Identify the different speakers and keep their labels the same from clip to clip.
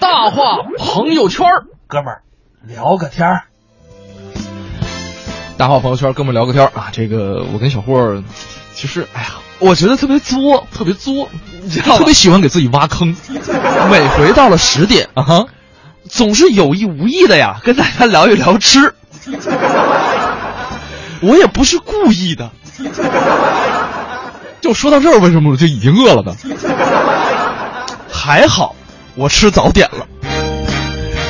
Speaker 1: 大话朋友圈儿，
Speaker 2: 哥们儿聊个天儿。
Speaker 1: 大话朋友圈儿，哥们儿聊个天儿啊。这个我跟小霍儿，其实哎呀，我觉得特别作，特别作，你知道特别喜欢给自己挖坑。每回到了十点啊哈，总是有意无意的呀，跟大家聊一聊吃。我也不是故意的。就说到这儿，为什么我就已经饿了呢？还好，我吃早点了。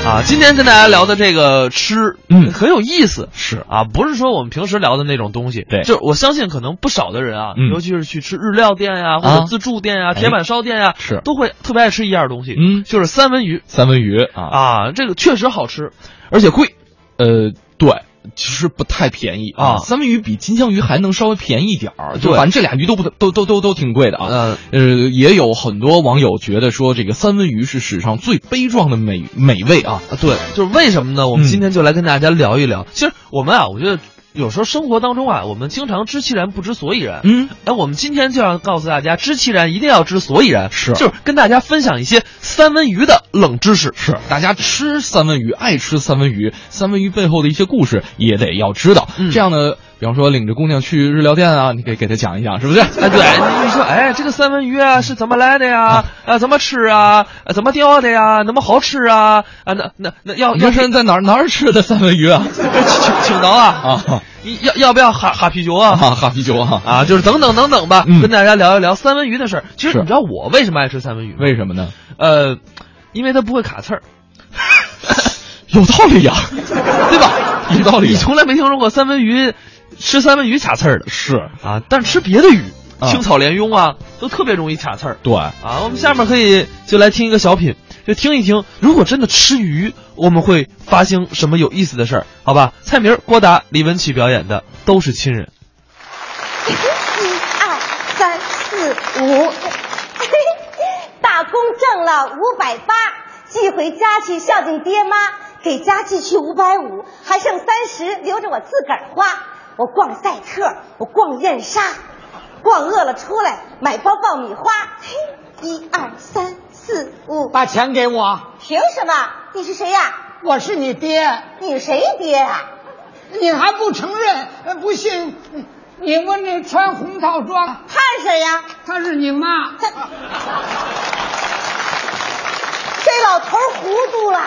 Speaker 1: 啊，今天跟大家聊的这个吃，
Speaker 2: 嗯
Speaker 1: 很有意思，
Speaker 2: 是
Speaker 1: 啊，不是说我们平时聊的那种东西，
Speaker 2: 对
Speaker 1: 就是我相信可能不少的人啊，
Speaker 2: 嗯
Speaker 1: 尤其是去吃日料店呀、或
Speaker 2: 啊
Speaker 1: 者自助店呀、铁板烧店呀、
Speaker 2: 是
Speaker 1: 都会特别爱吃一样东西，
Speaker 2: 嗯
Speaker 1: 就是三文鱼
Speaker 2: 三文鱼啊，
Speaker 1: 啊，这个确实好吃，
Speaker 2: 而且贵，呃，对，其实不太便宜
Speaker 1: 啊
Speaker 2: 三文鱼比金枪鱼还能稍微便宜点儿，就
Speaker 1: 对
Speaker 2: 反正这俩鱼都不都都都都挺贵的啊。
Speaker 1: 呃，
Speaker 2: 呃，也有很多网友觉得说，这个三文鱼是史上最悲壮的美美味啊。
Speaker 1: 啊，对，就是为什么呢？我们
Speaker 2: 嗯
Speaker 1: 今天就来跟大家聊一聊。其实我们啊，我觉得有时候生活当中啊，我们经常知其然不知所以然。
Speaker 2: 嗯，
Speaker 1: 哎，我们今天就要告诉大家，知其然一定要知所以然，
Speaker 2: 是
Speaker 1: 就是跟大家分享一些三文鱼的冷知识。
Speaker 2: 是，大家吃三文鱼，爱吃三文鱼，三文鱼背后的一些故事也得要知道。
Speaker 1: 嗯
Speaker 2: 这样呢，比方说领着姑娘去日料店啊，你可以给她讲一讲， 是不是？
Speaker 1: 哎，对，你说，哎，这个三文鱼啊是怎么来的呀？啊，怎么吃啊？啊，怎么钓的呀？那么好吃啊？啊，那那那要要
Speaker 2: 原生在哪儿哪儿吃的三文鱼啊？
Speaker 1: 请请到啊
Speaker 2: 啊
Speaker 1: 你要要不要哈哈啤酒啊？
Speaker 2: 啊， 哈啤酒啊，
Speaker 1: 啊，就是等等等等吧，
Speaker 2: 嗯
Speaker 1: 跟大家聊一聊三文鱼的事儿。其实
Speaker 2: 是
Speaker 1: 你知道我为什么爱吃三文鱼吗？
Speaker 2: 为什么呢？
Speaker 1: 呃，因为它不会卡刺儿，
Speaker 2: 有道理呀、
Speaker 1: 对吧？
Speaker 2: 有道理
Speaker 1: 你
Speaker 2: 呀、
Speaker 1: 从来没听说过三文鱼吃三文鱼卡刺儿的
Speaker 2: 是，
Speaker 1: 啊？但是吃别的鱼，
Speaker 2: 啊
Speaker 1: 青草莲蓉啊，都特别容易卡刺儿
Speaker 2: 对，
Speaker 1: 啊。我们下面可以就来听一个小品，就听一听，如果真的吃鱼，我们会发生什么有意思的事儿？好吧？蔡明、郭达、李文启表演的都是亲人。
Speaker 3: 二三四 五，
Speaker 4: 打工挣了五百八，寄回家去孝敬爹妈，给家寄去五百五，还剩三十留着我自个儿花。我逛赛特，我逛燕莎，逛饿了出来买包爆米花。嘿，一二三四五，
Speaker 3: 把钱给我，
Speaker 4: 凭什么？你是谁呀、
Speaker 3: 我是你爹，
Speaker 4: 你是谁爹呀、
Speaker 3: 你还不承认？呃不信，你问那穿红套装，
Speaker 4: 他是谁呀、
Speaker 3: 她是你妈。
Speaker 4: 这这老头儿糊涂了。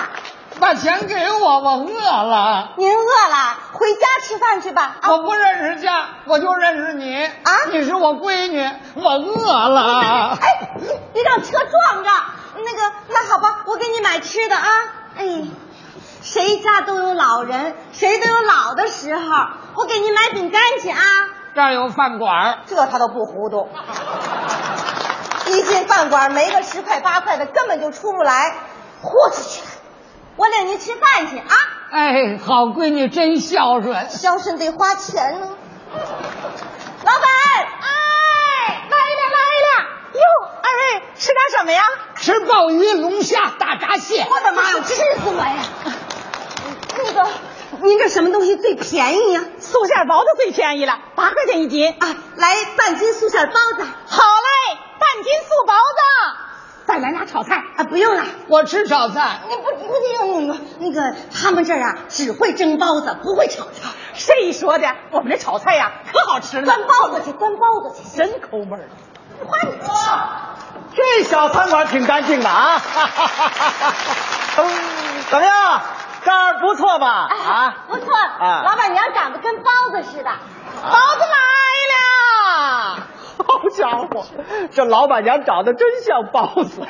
Speaker 3: 把钱给我，我饿了，
Speaker 4: 您饿了，回家吃饭去吧。啊
Speaker 3: 我不认识家，我就认识你啊你是我闺女，我饿了。
Speaker 4: 哎，你让车撞着，那个，那好吧，我给你买吃的啊。哎，谁家都有老人，谁都有老的时候，我给您买饼干去啊。
Speaker 3: 这儿有饭馆儿，
Speaker 4: 这他都不糊涂，一进饭馆没个十块八块的，根本就出不来，豁出去了。我领您吃饭去啊，
Speaker 3: 哎，好闺女真孝顺。
Speaker 4: 孝顺得花钱呢。老板，哎，来了来了，哟，
Speaker 5: 哎
Speaker 4: 二位吃点什么呀？
Speaker 3: 吃鲍鱼、龙虾、大闸蟹。
Speaker 4: 我的妈呀，气死我呀！那个，您这什么东西最便宜呀、
Speaker 5: 素馅包子最便宜了，八块钱一斤。
Speaker 4: 啊？来半斤素馅包
Speaker 5: 好
Speaker 4: 子。
Speaker 5: 嘞，半斤素包子，再来俩炒菜。
Speaker 4: 啊，不用了，
Speaker 3: 我吃炒菜，
Speaker 4: 那不不用那个，他们这儿啊只会蒸包子，不会炒菜。
Speaker 5: 谁说的？我们这炒菜呀、可好吃了，
Speaker 4: 端包子去，端包子去。啊
Speaker 5: 真抠门儿。
Speaker 4: 花你说，
Speaker 3: 这小餐馆挺干净 的啊。怎么样，这儿不错吧？
Speaker 5: 哎
Speaker 3: 啊，
Speaker 4: 不错，老板娘长得跟包子似的。
Speaker 3: 包子来了！好家伙，这老板娘长得真像包子。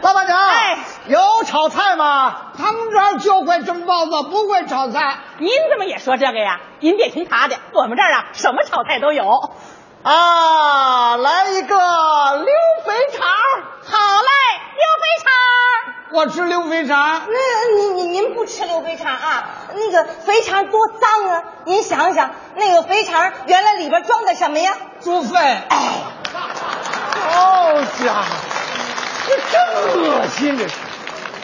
Speaker 3: 老板娘，哎，有炒菜吗？他们这儿就会蒸包子，不会炒菜。
Speaker 5: 您怎么也说这个呀？您别听他的，我们这儿啊，什么炒菜都有。
Speaker 3: 啊，来一个溜肥肠。好嘞，溜肥肠。我吃溜肥肠。
Speaker 4: 那您您您不吃溜肥肠啊？那个肥肠多脏啊！您想想，那个肥肠原来里边装的什么呀？
Speaker 3: 猪肺。哎 好家伙，这真恶心！这是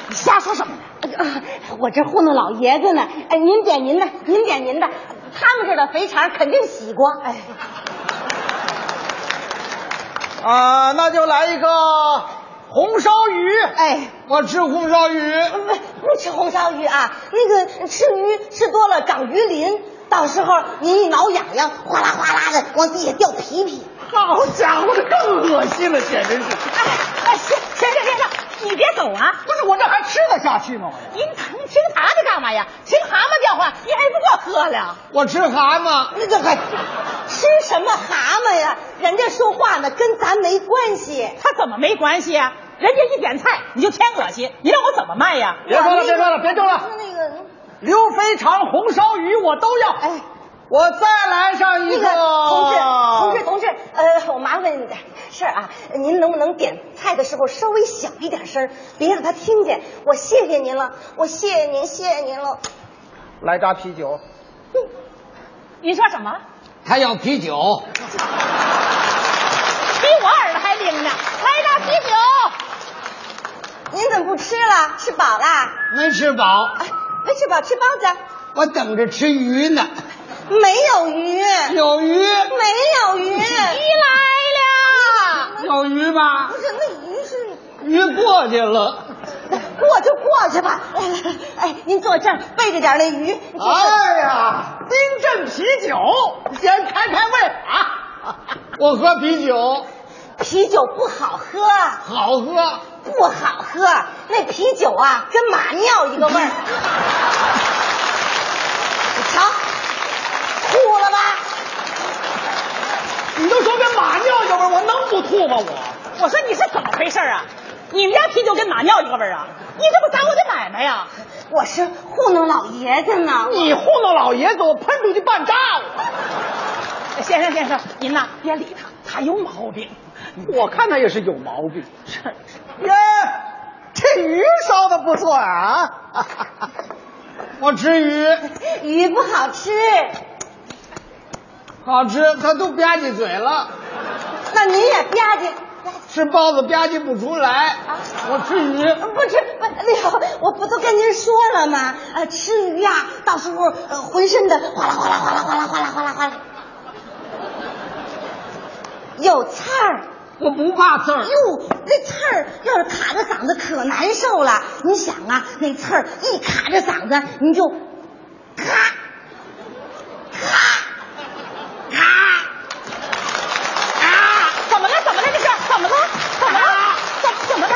Speaker 4: 你瞎说什么呢？呃我这糊弄老爷子呢。哎，您点您的，您点您的。他们这儿的肥肠肯定洗过。哎，
Speaker 3: 啊，那就来一个红烧鱼，
Speaker 4: 哎，
Speaker 3: 我吃红烧鱼。
Speaker 4: 不不吃红烧鱼啊，那个吃鱼吃多了长鱼鳞，到时候您一挠痒痒，哗啦哗啦的往地下掉皮皮。
Speaker 3: 好家伙，这更恶心了，简直是！
Speaker 5: 哎哎，行行行，先生，你别走啊！
Speaker 3: 不是我这还吃得下去吗？
Speaker 5: 您疼听蛤蟆干嘛呀？听蛤蟆叫唤，您还不给我喝了？
Speaker 3: 我我吃蛤蟆，
Speaker 4: 那个还吃什么蛤蟆呀？人家说话呢，跟咱没关系。
Speaker 5: 他怎么没关系啊？人家一点菜你就添恶心，你让我怎么卖呀？
Speaker 3: 别说了，别说了，别争
Speaker 4: 那
Speaker 3: 了。
Speaker 4: 那个
Speaker 3: 溜肥肠、红烧鱼我都要。
Speaker 4: 哎，
Speaker 3: 我再来上
Speaker 4: 那
Speaker 3: 一
Speaker 4: 个同志，同志，
Speaker 3: 个。
Speaker 4: 同志，呃，我麻烦你点事儿啊，您能不能点菜的时候稍微小一点声儿，别让他听见？我谢谢您了，我谢谢您，谢谢您了。
Speaker 3: 来扎啤酒，
Speaker 5: 你说什么？
Speaker 3: 他要啤酒。
Speaker 5: 比我耳朵还灵呢！来扎啤酒，
Speaker 4: 您怎么不吃了？吃饱啦？
Speaker 3: 没吃饱，
Speaker 4: 啊，没吃饱，吃包子。
Speaker 3: 我等着吃鱼呢。
Speaker 4: 没有鱼，
Speaker 3: 有鱼，
Speaker 4: 没有鱼。
Speaker 5: 你来了。
Speaker 3: 有鱼吧
Speaker 4: 不？是，那鱼是
Speaker 3: 鱼过去了。
Speaker 4: 过就过去吧。来来来，哎，您坐这儿背着点那鱼。你坐这儿
Speaker 3: 哎呀，冰镇啤酒，先开开胃啊！我喝啤酒，
Speaker 4: 啤酒不好喝，
Speaker 3: 好喝。
Speaker 4: 不好喝，那啤酒啊跟马尿一个味儿。你瞧，吐了吧？
Speaker 3: 你都说跟马尿一味儿，我能不吐吗？我
Speaker 5: 我说你是怎么回事啊？你们家啤酒跟马尿一个味儿啊？你这不砸我的买卖呀、
Speaker 4: 我是糊弄老爷子呢。
Speaker 3: 你糊弄老爷子，我喷出去半炸我！
Speaker 5: 先生先生，您呐别理他，他有毛病。
Speaker 3: 我看他也是有毛病。耶，这鱼烧的不错啊！我吃鱼，
Speaker 4: 鱼不好吃，
Speaker 3: 好吃，他都吧唧嘴了。
Speaker 4: 那您也吧唧。
Speaker 3: 吃包子吧唧不出来，我吃鱼。
Speaker 4: 啊不吃不那个，我不都跟您说了吗？呃，吃鱼呀、到时候呃浑身的哗啦哗啦哗啦哗啦哗啦哗啦哗啦，有刺儿。
Speaker 3: 我不怕刺儿
Speaker 4: 哟，那刺儿要是卡着嗓子可难受了。你想啊，那刺儿一卡着嗓子，你就咔咔咔咔，
Speaker 5: 怎么了？怎么了？这是怎么了？怎么了？怎怎
Speaker 3: 啊
Speaker 5: 么了？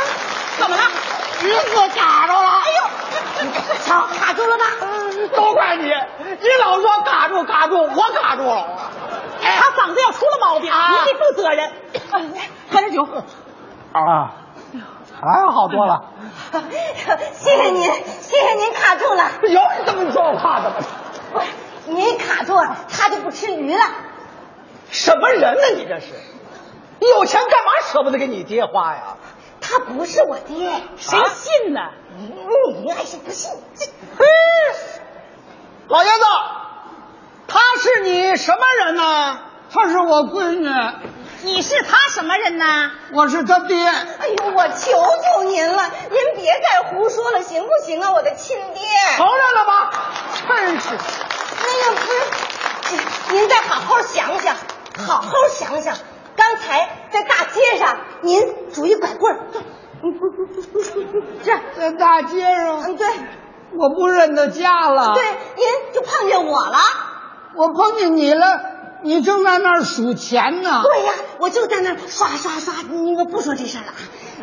Speaker 5: 怎么了？
Speaker 3: 鱼刺卡着了。
Speaker 5: 哎
Speaker 3: 嗯
Speaker 5: 呦，
Speaker 4: 瞧卡住了吧？
Speaker 3: 都怪你，你老说卡住卡住，我卡住了。
Speaker 5: 他嗓子要出了毛病，
Speaker 3: 啊
Speaker 5: 您得负责任。喝点酒，
Speaker 3: 啊，还好多了。
Speaker 4: 谢谢您，谢谢您卡住了。
Speaker 3: 有你这么说话的吗？
Speaker 4: 不是您卡住了，他就不吃鱼了。
Speaker 3: 什么人呢？你这是？你有钱干嘛舍不得给你啊爹花呀？
Speaker 4: 他不是我爹，
Speaker 5: 谁信呢？
Speaker 4: 你你爱信不信？这
Speaker 3: 老爷子，她是你什么人呢？她是我闺女，
Speaker 5: 你是他什么人呢？
Speaker 3: 我是她爹。
Speaker 4: 哎呦，我求求您了，您别再胡说了，行不行啊，我的亲爹？
Speaker 3: 承认了吧？真是，
Speaker 4: 哎呀，不是，您再好好想想，好好想想，刚才在大街上您拄一拐棍儿，这，
Speaker 3: 在大街上
Speaker 4: 嗯，对，
Speaker 3: 我不认得家了。
Speaker 4: 对，您就碰见我了。
Speaker 3: 我碰见你了，你正在那儿数钱呢。
Speaker 4: 对呀，我就在那儿刷刷刷，那个不说这事儿了啊。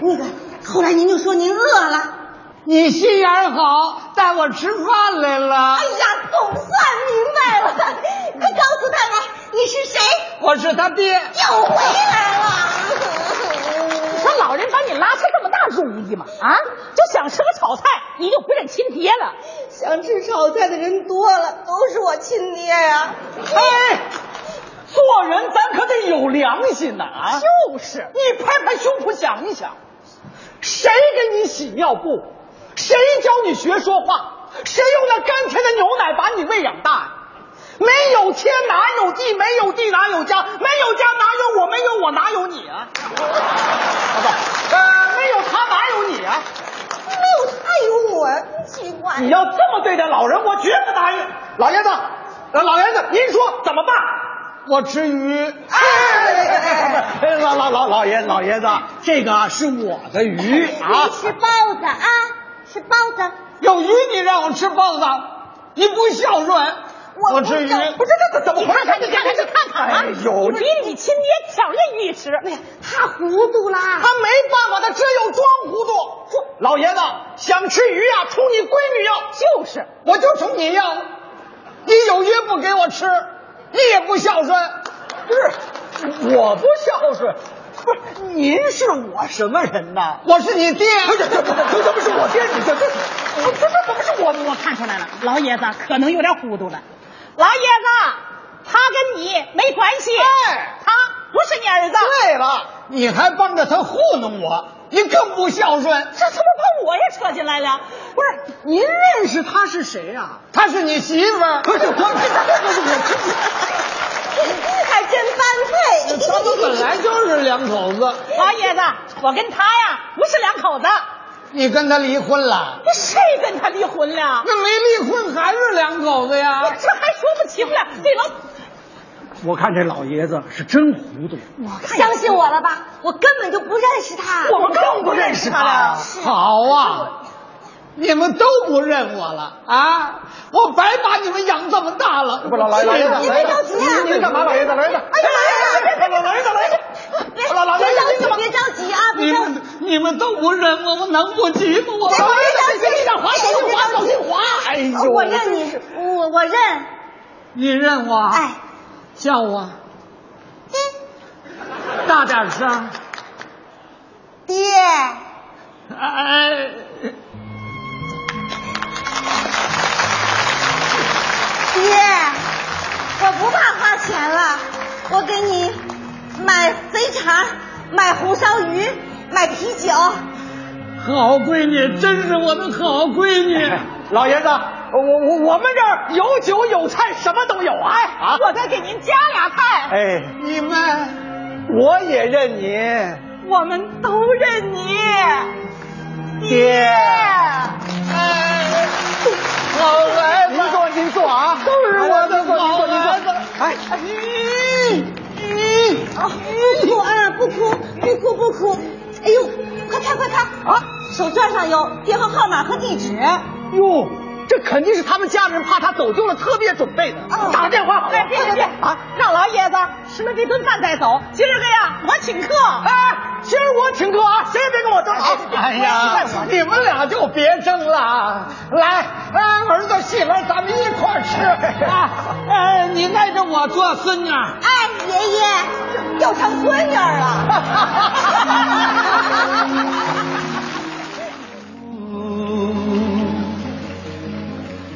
Speaker 4: 那个，后来您就说您饿了。
Speaker 3: 你心眼儿好，带我吃饭来了
Speaker 4: 哎呀，总算明白了！快告诉他们你是谁，
Speaker 3: 我是他爹，
Speaker 4: 又回来了。
Speaker 5: 你说老人把你拉扯这么大主意吗？啊，就想吃个炒菜，你就不认亲爹了。
Speaker 4: 想吃炒菜的人多了，都是我亲爹呀、
Speaker 3: 哎，做人咱可得有良心呐啊！
Speaker 5: 就是
Speaker 3: 你拍拍胸脯想一想，谁给你洗尿布？谁教你学说话？谁用那甘甜的牛奶把你喂养大呀？没有天哪有地，没有地哪有家，没有家哪有我，没有我哪有你啊？啊不，呃，没有他哪有你啊？
Speaker 4: 没有他有哎我，奇怪。
Speaker 3: 你要这么对待老人，我绝不答应。老爷子，呃老爷子，您说怎么办？我吃鱼。哎，老老老老爷老爷子，这个啊是我的鱼啊
Speaker 4: 你，哎吃包子啊，吃包子。
Speaker 3: 有鱼你让我吃包子，你不孝顺。
Speaker 4: 我
Speaker 3: 我吃鱼，
Speaker 4: 不
Speaker 3: 是这怎么回
Speaker 5: 看看，你看看，你看看啊！
Speaker 3: 哎呦，
Speaker 5: 比你亲爹挑着鱼吃，
Speaker 4: 哎他糊涂啦
Speaker 3: 他！
Speaker 5: 哎
Speaker 3: 没办法，他只有装糊涂。老爷子想吃鱼啊，冲你闺女要，
Speaker 5: 就是
Speaker 3: 我就冲你要。你有鱼不给我吃，你也不孝顺。不是，我不孝顺。不是，您是我什么人呐？我是你爹。这这这这不是我爹，你这这
Speaker 5: 这这这不是我我看出来了，老爷子可能有点糊涂了。老爷子，他跟你没关系，
Speaker 3: 哎
Speaker 5: 他不是你儿子。
Speaker 3: 对了，你还帮着他糊弄我，你更不孝顺。
Speaker 5: 这他妈把我也扯进来了，不是
Speaker 3: 您认识他是谁呀、他是你媳妇儿。不是我，不是我，
Speaker 4: 你还真 般配。
Speaker 3: 他们本来就是两口子。
Speaker 5: 老爷子，我跟他呀不是两口子，
Speaker 3: 你跟他离婚了？
Speaker 5: 这谁跟他离婚了？
Speaker 3: 那没离婚还是两口子呀？
Speaker 5: 这还说不清了，这老
Speaker 3: 我看这老爷子是真糊涂，
Speaker 4: 相信我了吧？我根本就不认识他。
Speaker 3: 我们更不认识他了。好啊，你们都不认我了啊！我白把你们养这么大了。不，老老老爷子，
Speaker 4: 你别着急啊
Speaker 3: 你干嘛？老爷子，老爷子，哎呀，老老爷子，老爷
Speaker 4: 别
Speaker 3: 子，老老
Speaker 4: 着
Speaker 3: 爷子，
Speaker 4: 急，别着急啊！
Speaker 3: 你
Speaker 4: 别着急。
Speaker 3: 们你们都不认我，我能不急吗？我
Speaker 4: 别着急
Speaker 3: 你想滑手就滑手就滑，哎呦，
Speaker 4: 我认你，我我认，
Speaker 3: 你认我，
Speaker 4: 哎，
Speaker 3: 叫我大点声，
Speaker 4: 爹，
Speaker 3: 哎，
Speaker 4: 爹，我不怕花钱了，我给你买肥肠，买红烧鱼，买啤酒，
Speaker 3: 好闺女，真是我的好闺女。哎老爷子，我我我们这儿有酒有菜，什么都有啊！啊，
Speaker 5: 我再给您加俩菜，
Speaker 3: 哎，你们，我也认你，
Speaker 5: 我们都认你。
Speaker 3: 爹。
Speaker 5: 哎
Speaker 3: 好孩子，您坐，您坐啊，都是我的好孩子。哎，
Speaker 4: 不啊，嗯哦不哭，不哭，不哭，哎呦，快看快看啊，手绢上有编号号码和地址，哎
Speaker 3: 哟，这肯定是他们家人怕他走丢了，特别准备的。打个电话，
Speaker 5: 哎，别别别啊！让老爷子吃了这顿饭再走。今儿个呀，我请客。
Speaker 3: 哎，今儿我请客啊，谁也别跟我争啊！ 哎呀，你们俩就别争了，啊来，哎，儿子媳妇儿咱们一块儿吃啊！ 哎，你挨着我做，孙女。
Speaker 4: 哎，爷爷又成闺女儿了。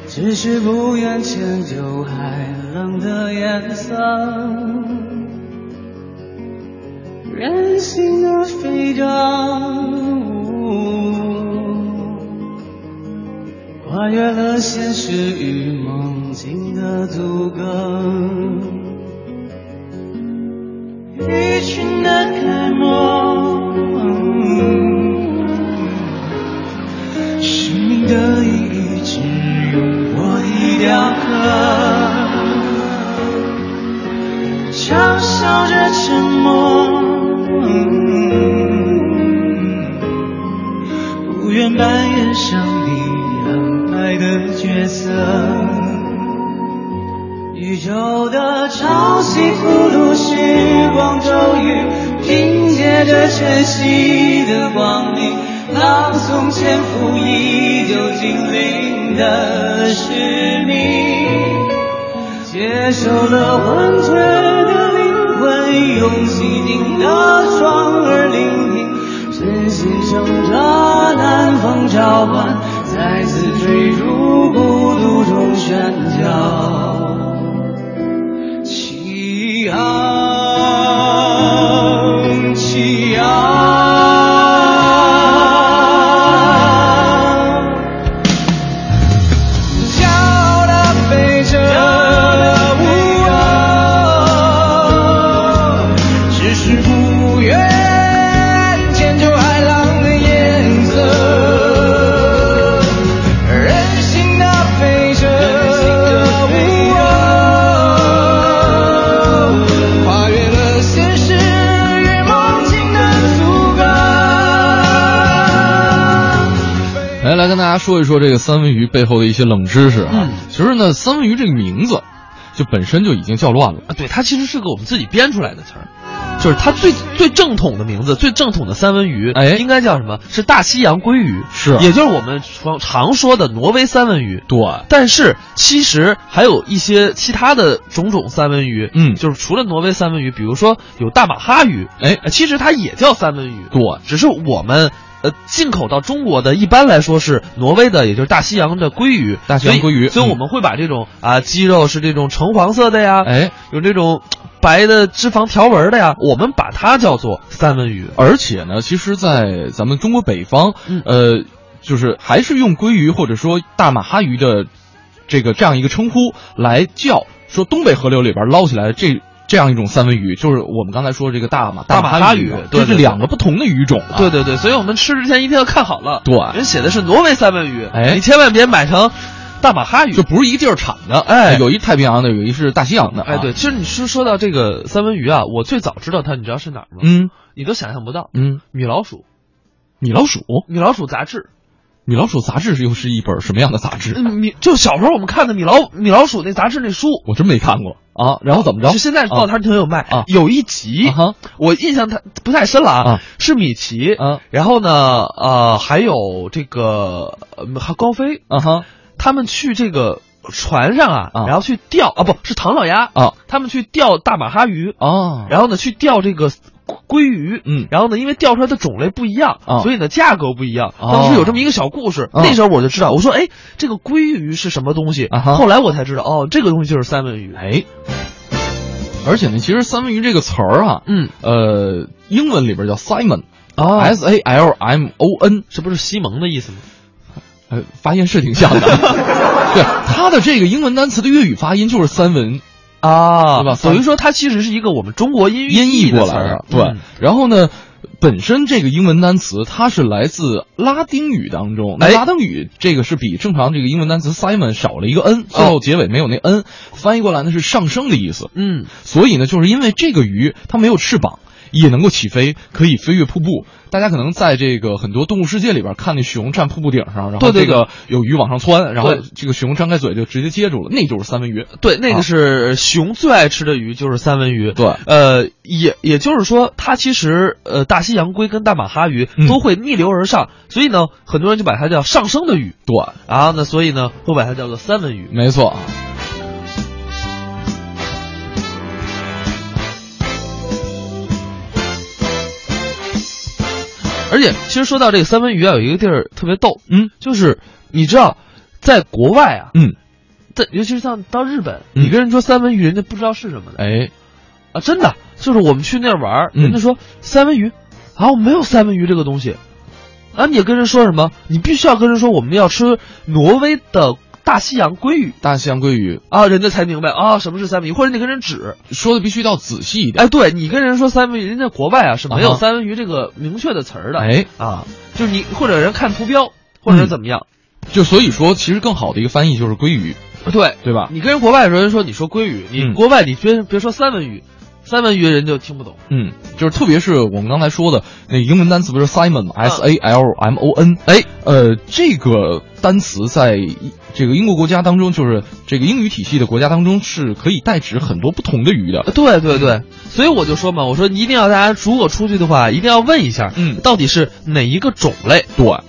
Speaker 6: 只是不愿迁就海浪的颜色，任性的飞着，跨越了现实与梦境的阻隔，鱼群的开幕。生命的意义只用我一雕刻，嘲笑着沉默，不愿扮演上帝安排的角色。宇宙的潮汐俘虏时光咒语，凭借着晨曦的光明，朗诵潜伏已久精灵的使命。接受了温存的灵魂，用洗净的窗儿聆听，真心乘着南风召唤，再次坠入孤独中喧嚣。起航，起航！骄傲地飞着，只是不愿迁就海浪的颜色，任性地飞着。
Speaker 2: 来来跟大家说一说这个三文鱼背后的一些冷知识
Speaker 1: 嗯
Speaker 2: 啊。其实呢，三文鱼这个名字就本身就已经叫乱了。
Speaker 1: 啊，对，它其实是个我们自己编出来的词儿，就是它最最正统的名字，最正统的三文鱼，
Speaker 2: 哎
Speaker 1: 应该叫什么？是大西洋鲑鱼，
Speaker 2: 是啊
Speaker 1: 也就是我们常常说的挪威三文鱼。
Speaker 2: 对，
Speaker 1: 但是其实还有一些其他的种种三文鱼，
Speaker 2: 嗯
Speaker 1: 就是除了挪威三文鱼，比如说有大马哈鱼，
Speaker 2: 哎
Speaker 1: 呃其实它也叫三文鱼，
Speaker 2: 对，
Speaker 1: 只是我们。呃，进口到中国的，一般来说是挪威的，也就是大西洋的鲑鱼，
Speaker 2: 大西洋鲑鱼
Speaker 1: 所以所以
Speaker 2: 嗯
Speaker 1: 我们会把这种啊鸡肉是这种橙黄色的呀，
Speaker 2: 哎，
Speaker 1: 有这种白的脂肪条纹的呀，我们把它叫做三文鱼。
Speaker 2: 而且呢，其实，在咱们中国北方，
Speaker 1: 嗯
Speaker 2: 呃，就是还是用鲑鱼或者说大马哈鱼的这个这样一个称呼来叫，说东北河流里边捞起来的这。这样一种三文鱼，就是我们刚才说这个大马
Speaker 1: 大马哈鱼
Speaker 2: 鱼，啊
Speaker 1: 对
Speaker 2: 这
Speaker 1: 对
Speaker 2: 是
Speaker 1: 对
Speaker 2: 两个不同的鱼种啊。
Speaker 1: 对对对，所以我们吃之前一定要看好了，
Speaker 2: 对
Speaker 1: 人写的是挪威三文鱼，
Speaker 2: 哎
Speaker 1: 你千万别买成大马哈鱼，
Speaker 2: 就不是一个地儿产的，
Speaker 1: 哎
Speaker 2: 呃有一啊太平洋的，有一是大西洋的、
Speaker 1: 哎，对，，其实你是说到这个三文鱼啊，我最早知道它，你知道是哪儿吗？，
Speaker 2: 嗯
Speaker 1: 你都想象不到，
Speaker 2: 嗯，
Speaker 1: 米老鼠，
Speaker 2: 米老鼠，
Speaker 1: 米老鼠杂志，
Speaker 2: 米老鼠杂志又是一本什么样的杂志？
Speaker 1: 嗯米就小时候我们看的米老米老鼠那杂志那书。
Speaker 2: 我真没看过啊。然后怎么着？
Speaker 1: 就现在报摊挺有卖，
Speaker 2: 啊
Speaker 1: 有一集、
Speaker 2: 啊哈
Speaker 1: 我印象它不太深了啊，
Speaker 2: 啊
Speaker 1: 是米奇，
Speaker 2: 啊
Speaker 1: 然后呢，呃，还有这个呃还高飞，
Speaker 2: 啊哈
Speaker 1: 他们去这个船上啊，
Speaker 2: 啊
Speaker 1: 然后去钓啊，不是唐老鸭，
Speaker 2: 啊
Speaker 1: 他们去钓大马哈鱼，
Speaker 2: 啊，
Speaker 1: 然后呢去钓这个鲑鱼，
Speaker 2: 嗯
Speaker 1: 然后呢因为钓出来的种类不一样，
Speaker 2: 啊
Speaker 1: 所以呢价格不一样。
Speaker 2: 哦
Speaker 1: 当时有这么一个小故事，
Speaker 2: 啊
Speaker 1: 那时候我就知道，我说哎，这个鲑鱼是什么东西？
Speaker 2: 啊哈
Speaker 1: 后来我才知道，哦，这个东西就是三文鱼。
Speaker 2: 哎，而且呢，其实“三文鱼”这个词儿啊，
Speaker 1: 嗯，
Speaker 2: 呃，英文里边叫 Simon，S、
Speaker 1: 哦
Speaker 2: A L M O N，
Speaker 1: 这不是西蒙的意思吗？
Speaker 2: 呃，发音是挺像的。 对，它的这个英文单词的粤语发音就是三文
Speaker 1: 啊
Speaker 2: 对吧
Speaker 1: 等于说它其实是一个我们中国音
Speaker 2: 音译
Speaker 1: 译
Speaker 2: 过
Speaker 1: 词
Speaker 2: 来
Speaker 1: 儿
Speaker 2: 的。对，
Speaker 1: 嗯
Speaker 2: 然后呢，本身这个英文单词它是来自拉丁语当中，那
Speaker 1: 哎
Speaker 2: 拉丁语这个是比正常这个英文单词 Simon 少了一个
Speaker 1: 哦
Speaker 2: n，最后结尾没有那 n，、翻译过来呢是上升的意思。
Speaker 1: 嗯，
Speaker 2: 所以呢，就是因为这个鱼它没有翅膀。也能够起飞，可以飞越瀑布。大家可能在这个很多动物世界里边看那熊站瀑布顶上，然后
Speaker 1: 对对
Speaker 2: 这个有鱼往上窜，然后
Speaker 1: 对
Speaker 2: 这个熊张开嘴就直接接住了，那就是三文鱼。
Speaker 1: 对，那
Speaker 2: 啊
Speaker 1: 个是熊最爱吃的鱼，就是三文鱼。
Speaker 2: 对
Speaker 1: 呃，也也就是说，它其实呃，大西洋龟跟大马哈鱼
Speaker 2: 嗯
Speaker 1: 都会逆流而上，所以呢，很多人就把它叫上升的鱼。
Speaker 2: 对，
Speaker 1: 然后呢，所以呢，会把它叫做三文鱼。
Speaker 2: 没错啊。
Speaker 1: 而且，其实说到这个三文鱼啊，有一个地儿特别逗，
Speaker 2: 嗯
Speaker 1: 就是你知道，在国外啊，
Speaker 2: 嗯，
Speaker 1: 在尤其是像到日本，
Speaker 2: 嗯
Speaker 1: 你跟人说三文鱼，人家不知道是什么的
Speaker 2: 哎，
Speaker 1: 啊，真的，就是我们去那儿玩儿，
Speaker 2: 嗯
Speaker 1: 人家说三文鱼，啊，我们没有三文鱼这个东西，啊，你跟人说什么？你必须要跟人说我们要吃挪威的大西洋鲑鱼
Speaker 2: 大西洋鲑鱼
Speaker 1: 啊，人家才明白啊什么是三文鱼，或者你跟人指，
Speaker 2: 说的必须要仔细一点。
Speaker 1: 哎，对你跟人说三文鱼，人家国外啊是没
Speaker 2: 啊
Speaker 1: 有
Speaker 2: 哈
Speaker 1: 三文鱼这个明确的词儿的，
Speaker 2: 哎，
Speaker 1: 啊，就是你或者人看图标，或者是
Speaker 2: 嗯
Speaker 1: 怎么样，
Speaker 2: 就所以说，其实更好的一个翻译就是鲑鱼，
Speaker 1: 对
Speaker 2: 对吧？
Speaker 1: 你跟人国外的人说你说鲑鱼，你
Speaker 2: 嗯
Speaker 1: 国外你别别说三文鱼，三文鱼人就听不懂，
Speaker 2: 嗯，就是特别是我们刚才说的那个英文单词不是 Simon 吗 S A L M O N？哎，呃，这个单词在一这个英国国家当中，就是这个英语体系的国家当中，是可以代指很多不同的鱼的。
Speaker 1: 对对对，所以我就说嘛，我说你一定要大家如果出去的话，一定要问一下，
Speaker 2: 嗯
Speaker 1: 到底是哪一个种类？啊
Speaker 2: 对。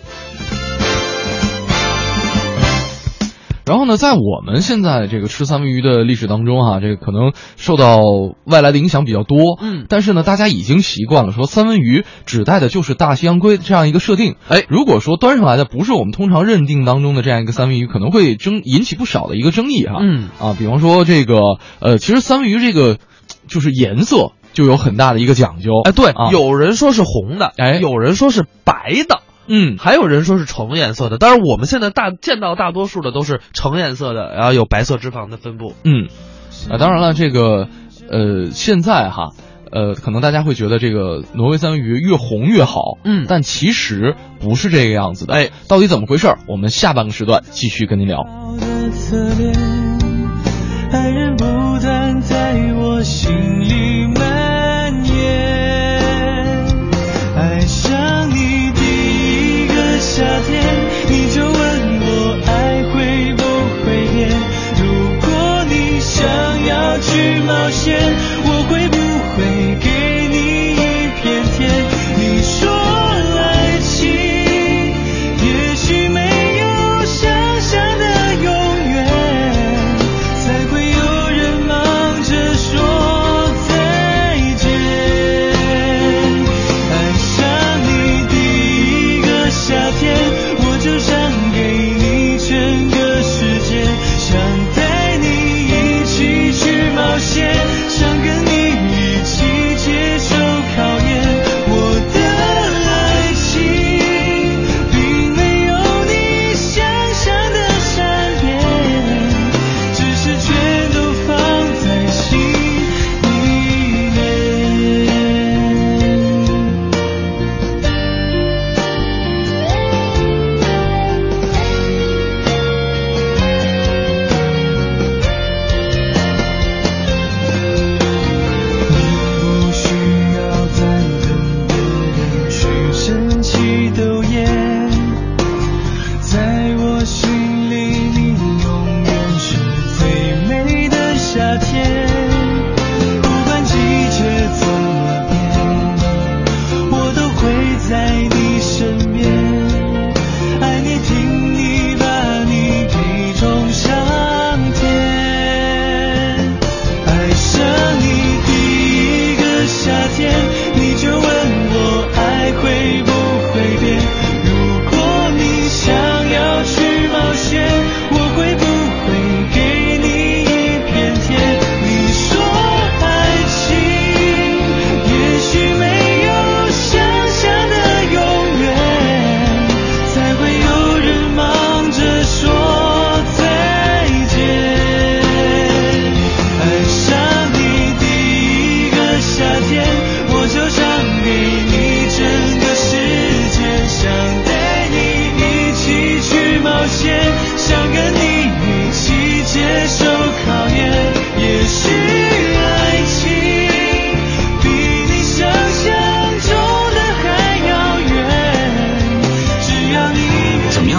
Speaker 2: 然后呢，在我们现在这个吃三文鱼的历史当中哈、这个可能受到外来的影响比较多，
Speaker 1: 嗯
Speaker 2: 但是呢，大家已经习惯了说三文鱼指代的就是大西洋龟这样一个设定。
Speaker 1: 哎
Speaker 2: 如果说端上来的不是我们通常认定当中的这样一个三文鱼，可能会争引起不少的一个争议哈、
Speaker 1: 嗯
Speaker 2: 啊，比方说这个呃，其实三文鱼这个就是颜色就有很大的一个讲究。
Speaker 1: 哎，对，
Speaker 2: 啊
Speaker 1: 有人说是红的，
Speaker 2: 哎
Speaker 1: 有人说是白的，
Speaker 2: 嗯，
Speaker 1: 还有人说是橙颜色的。当然，我们现在大见到大多数的都是橙颜色的，然后有白色脂肪的分布。
Speaker 2: 嗯，啊，当然了，这个呃，现在哈，呃，可能大家会觉得这个挪威三文鱼越红越好，
Speaker 1: 嗯
Speaker 2: 但其实不是这个样子的。
Speaker 1: 哎，
Speaker 2: 到底怎么回事儿？我们下半个时段继续跟您聊。
Speaker 6: 好的侧面，爱人不断在我心里蔓延。爱上你第一个夏天，你就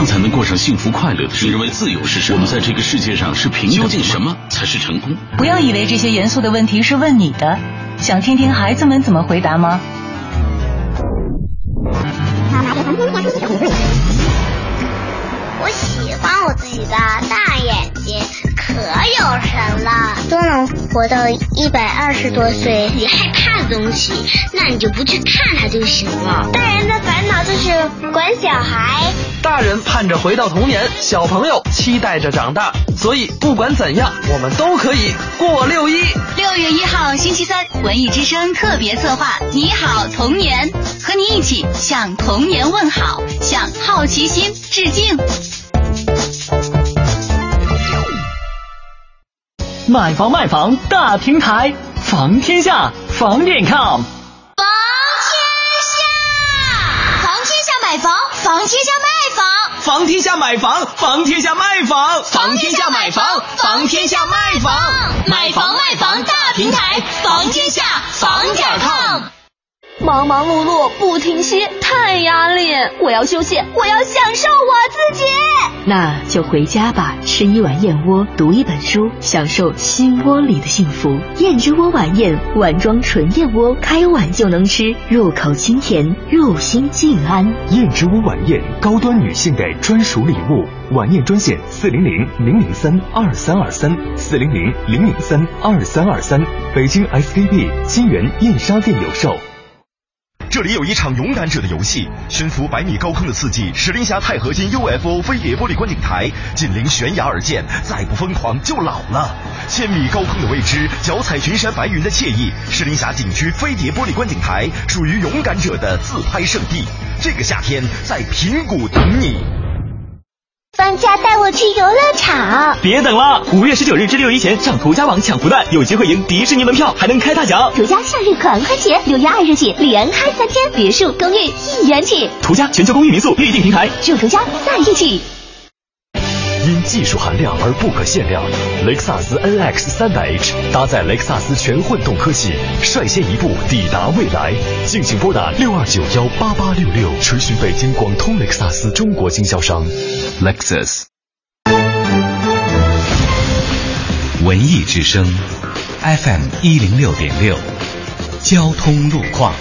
Speaker 7: 才能过上幸福快乐的生活。你认为自由是什么？我们在这个世界上是平等的吗？究竟什么才是成功？
Speaker 8: 不要以为这些严肃的问题是问你的，想听听孩子们怎么回答吗？
Speaker 9: 我喜欢我自己的大眼睛，可有神了。都能活到一百二十多岁，你害怕的东西，那你就不去看它就行了。大人的烦恼就是管小孩，
Speaker 10: 大人盼着回到童年，小朋友期待着长大。所以不管怎样，我们都可以过六一。
Speaker 8: 六月一号星期三，文艺之声特别策划《你好童年》，和你一起向童年问好，向好奇心致敬。
Speaker 11: 买房卖房大平台，房天下，房点 com。
Speaker 3: 房天下，房天下买房，房天下卖房，
Speaker 10: 房天下买房，房天下卖房，房天下买房，房天下卖房，
Speaker 3: 买房卖房大平台，房天下，房点 com。
Speaker 12: 忙忙碌碌不停歇，太压力！我要休息，我要享受我自己。
Speaker 13: 那就回家吧，吃一碗燕窝，读一本书，享受心窝里的幸福。燕之窝晚宴，碗装纯燕窝，开碗就能吃，入口清甜，入心静安。
Speaker 14: 燕之窝晚宴，高端女性的专属礼物。晚宴专线四零零零零三二三二三四零零零零三二三二三，北京 SKP 金源燕莎店有售。
Speaker 15: 这里有一场勇敢者的游戏，悬浮百米高空的刺激，石林峡钛合金 UFO 飞碟玻璃观景台，紧邻悬崖而建，再不疯狂就老了。千米高空的未知，脚踩群山白云的惬意，石林峡景区飞碟玻璃观景台属于勇敢者的自拍圣地。这个夏天在平谷等你。
Speaker 9: 放假带我去游乐场，
Speaker 11: 别等了，五月十九日至六一前上途家网抢福袋，有机会赢迪士尼门票，还能开大奖。
Speaker 9: 途家夏日狂欢节，六月二日起连开三天，别墅、公寓一元起。
Speaker 11: 途家全球公寓民宿预订平台，
Speaker 9: 住途家在一起。
Speaker 14: 因技术含量而不可限量，雷克萨斯 NX 三百 H 搭载雷克萨斯全混动科技，率先一步抵达未来。敬请拨打六二九幺八八六六，垂询北京广通雷克萨斯中国经销商。
Speaker 7: Lexus，文艺之声，FM 一零六点六，交通路况。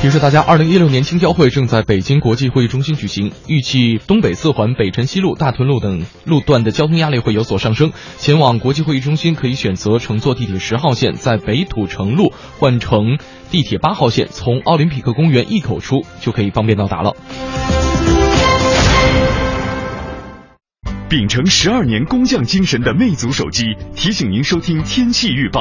Speaker 1: 提示大家，二零一六年青交会正在北京国际会议中心举行，预计东北四环、北辰西路、大屯路等路段的交通压力会有所上升。前往国际会议中心可以选择乘坐地铁十号线，在北土城路换乘地铁八号线，从奥林匹克公园一口出就可以方便到达了。
Speaker 14: 秉承十二年工匠精神的魅族手机提醒您收听天气预报。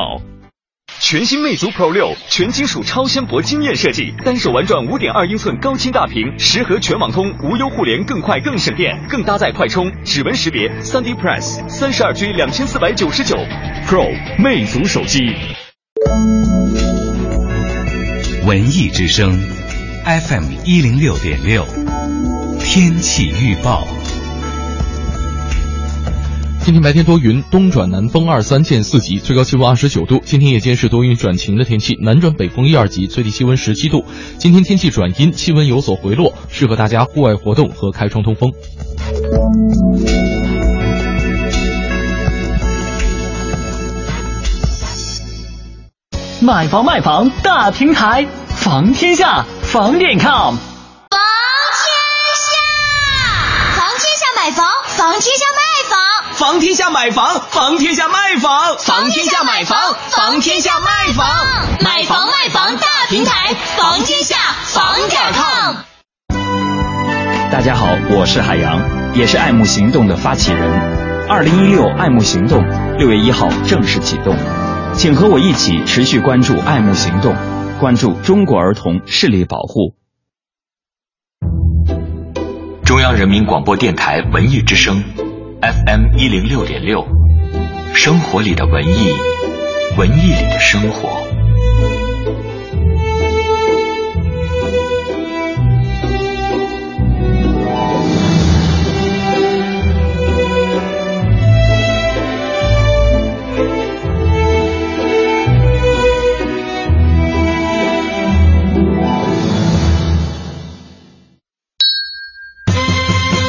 Speaker 16: 全新魅族 Pro 六，全金属超纤薄惊艳设计，单手玩转五点二英寸高清大屏，十核全网通，无忧互联，更快更省电，更搭载快充、指纹识别、三 D Press，三十二 G 两千四百九十九
Speaker 14: ，Pro 魅族手机。
Speaker 7: 文艺之声，FM 一零六点六，天气预报。
Speaker 1: 今天白天多云，东转南风二三见四级，最高气温二十九度。今天夜间是多云转晴的天气，南转北风一二级，最低气温十七度。今天天气转阴，气温有所回落，适合大家户外活动和开窗通风。
Speaker 11: 买房卖房大平台，房天下，房点 com。
Speaker 3: 房天下，房天下买房，房天下卖房。
Speaker 10: 房天下买房，房天下卖房，
Speaker 3: 房天下买房，房天下卖房，买房卖房大平台，房天下房点 com。
Speaker 17: 大家好，我是海洋，也是爱慕行动的发起人。二零一六爱慕行动六月一号正式启动，请和我一起持续关注爱慕行动，关注中国儿童视力保护。
Speaker 7: 中央人民广播电台文艺之声。FM 一零六点六，生活里的文艺，文艺里的生活。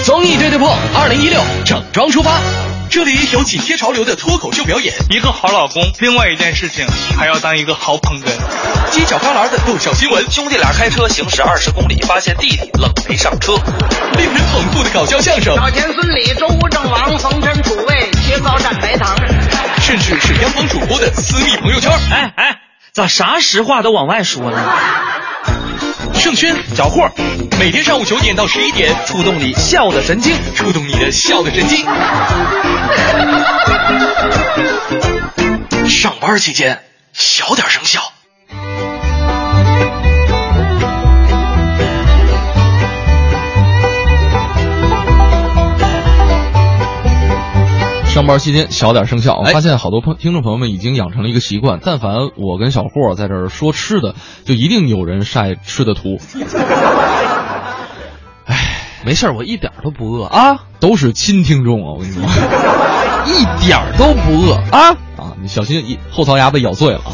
Speaker 18: 综艺对对碰，二零一六整装出发。这里有紧贴潮流的脱口秀表演，一个好老公，另外一件事情还要当一个好捧哏。犄角旮旯的逗笑新闻，兄弟俩开车行驶二十公里，发现弟弟冷没上车。令人捧腹的搞笑相声，
Speaker 3: 老田、孙李、周吴、郑王、冯陈、楚卫、薛高、单白糖。
Speaker 18: 甚至是央广主播的私密朋友圈。哎哎，咋啥实话都往外说呢？盛轩，小霍，每天上午九点到十一点，触动你笑的神经，触动你的笑的神经。上班期间，小点声笑。
Speaker 6: 上班期间小点声笑，我发现好多朋听众朋友们已经养成了一个习惯，但凡我跟小霍在这儿说吃的，就一定有人晒吃的图。 哎，没事，我一点都不饿啊，都是亲听众啊，我跟你说，一点儿都不饿啊啊，你小心一后槽牙被咬碎了啊。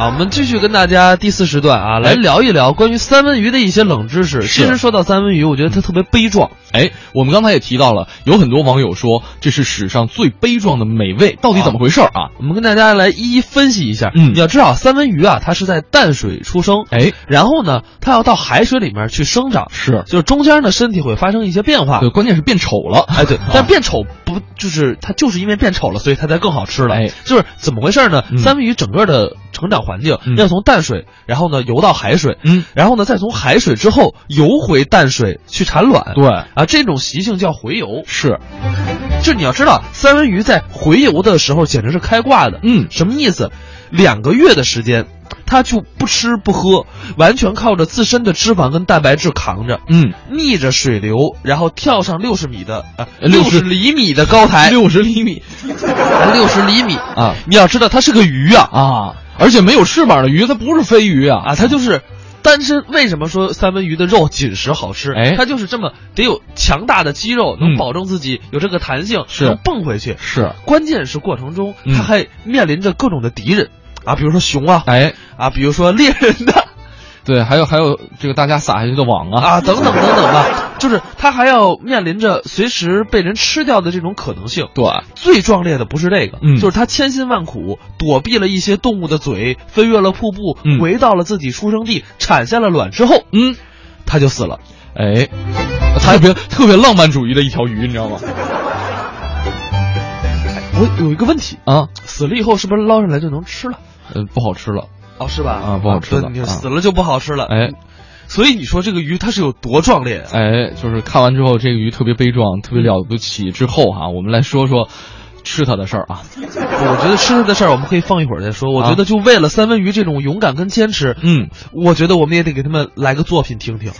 Speaker 1: 啊，我们继续跟大家第四时段啊，来聊一聊关于三文鱼的一些冷知识。其实说到三文鱼，我觉得它特别悲壮。
Speaker 6: 哎，我们刚才也提到了，有很多网友说这是史上最悲壮的美味，到底怎么回事儿啊？
Speaker 1: 我们跟大家来一一分析一下。嗯，你要知道，三文鱼啊，它是在淡水出生，哎，然后呢，它要到海水里面去生长，是，就是中间呢，身体会发生一些变化。对，
Speaker 6: 关键是变丑了。
Speaker 1: 哎，对，但变丑不就是它就是因为变丑了，所以它才更好吃了。哎，就是怎么回事呢？三文鱼整个的成长环境要从淡水，然后呢游到海水，嗯，然后呢再从海水之后游回淡水去产卵。
Speaker 6: 对
Speaker 1: 啊，这种习性叫回游。是。就你要知道，三文鱼在回游的时候简直是开挂的。嗯，什么意思？两个月的时间，它就不吃不喝，完全靠着自身的脂肪跟蛋白质扛着。嗯，逆着水流，然后跳上六十米的啊，六十厘米的高台，
Speaker 6: 呃 六十厘米，
Speaker 1: 六十厘米
Speaker 6: 啊！
Speaker 1: 你要知道，它是个鱼啊
Speaker 6: 啊！而且没有翅膀的鱼，它不是飞鱼啊
Speaker 1: 啊！它就是单身。为什么说三文鱼的肉紧实好吃？
Speaker 6: 哎嗯
Speaker 1: 它就是这么得有强大的肌肉，能保证自己有这个弹性，
Speaker 6: 是
Speaker 1: 能蹦回去。
Speaker 6: 是
Speaker 1: 关键是过程中，
Speaker 6: 嗯
Speaker 1: 它还面临着各种的敌人啊，比如说熊啊，
Speaker 6: 哎
Speaker 1: 啊，比如说猎人的
Speaker 6: 对，还有还有这个大家撒下去的网啊
Speaker 1: 啊，等等等等吧，就是它还要面临着随时被人吃掉的这种可能性。
Speaker 6: 对，
Speaker 1: 最壮烈的不是这个，
Speaker 6: 嗯
Speaker 1: 就是它千辛万苦躲避了一些动物的嘴，飞越了瀑布，
Speaker 6: 嗯
Speaker 1: 回到了自己出生地，产下了卵之后，嗯，它就死了。
Speaker 6: 哎，特别特别浪漫主义的一条鱼，你知道吗？
Speaker 1: 我有一个问题，
Speaker 6: 啊，
Speaker 1: 死了以后是不是捞上来就能吃了？
Speaker 6: 呃，不好吃了。
Speaker 1: 哦，是吧？
Speaker 6: 啊不好吃了
Speaker 1: 对你
Speaker 6: 啊
Speaker 1: 死了就不好吃了。
Speaker 6: 哎，
Speaker 1: 所以你说这个鱼它是有多壮烈啊？
Speaker 6: 哎，就是看完之后，这个鱼特别悲壮，特别了不起。之后哈、我们来说说吃它的事儿啊。
Speaker 1: 我觉得吃它的事儿我们可以放一会儿再说。我觉得就为了三文鱼这种勇敢跟坚持，
Speaker 6: 嗯，
Speaker 1: 我觉得我们也得给他们来个作品听听。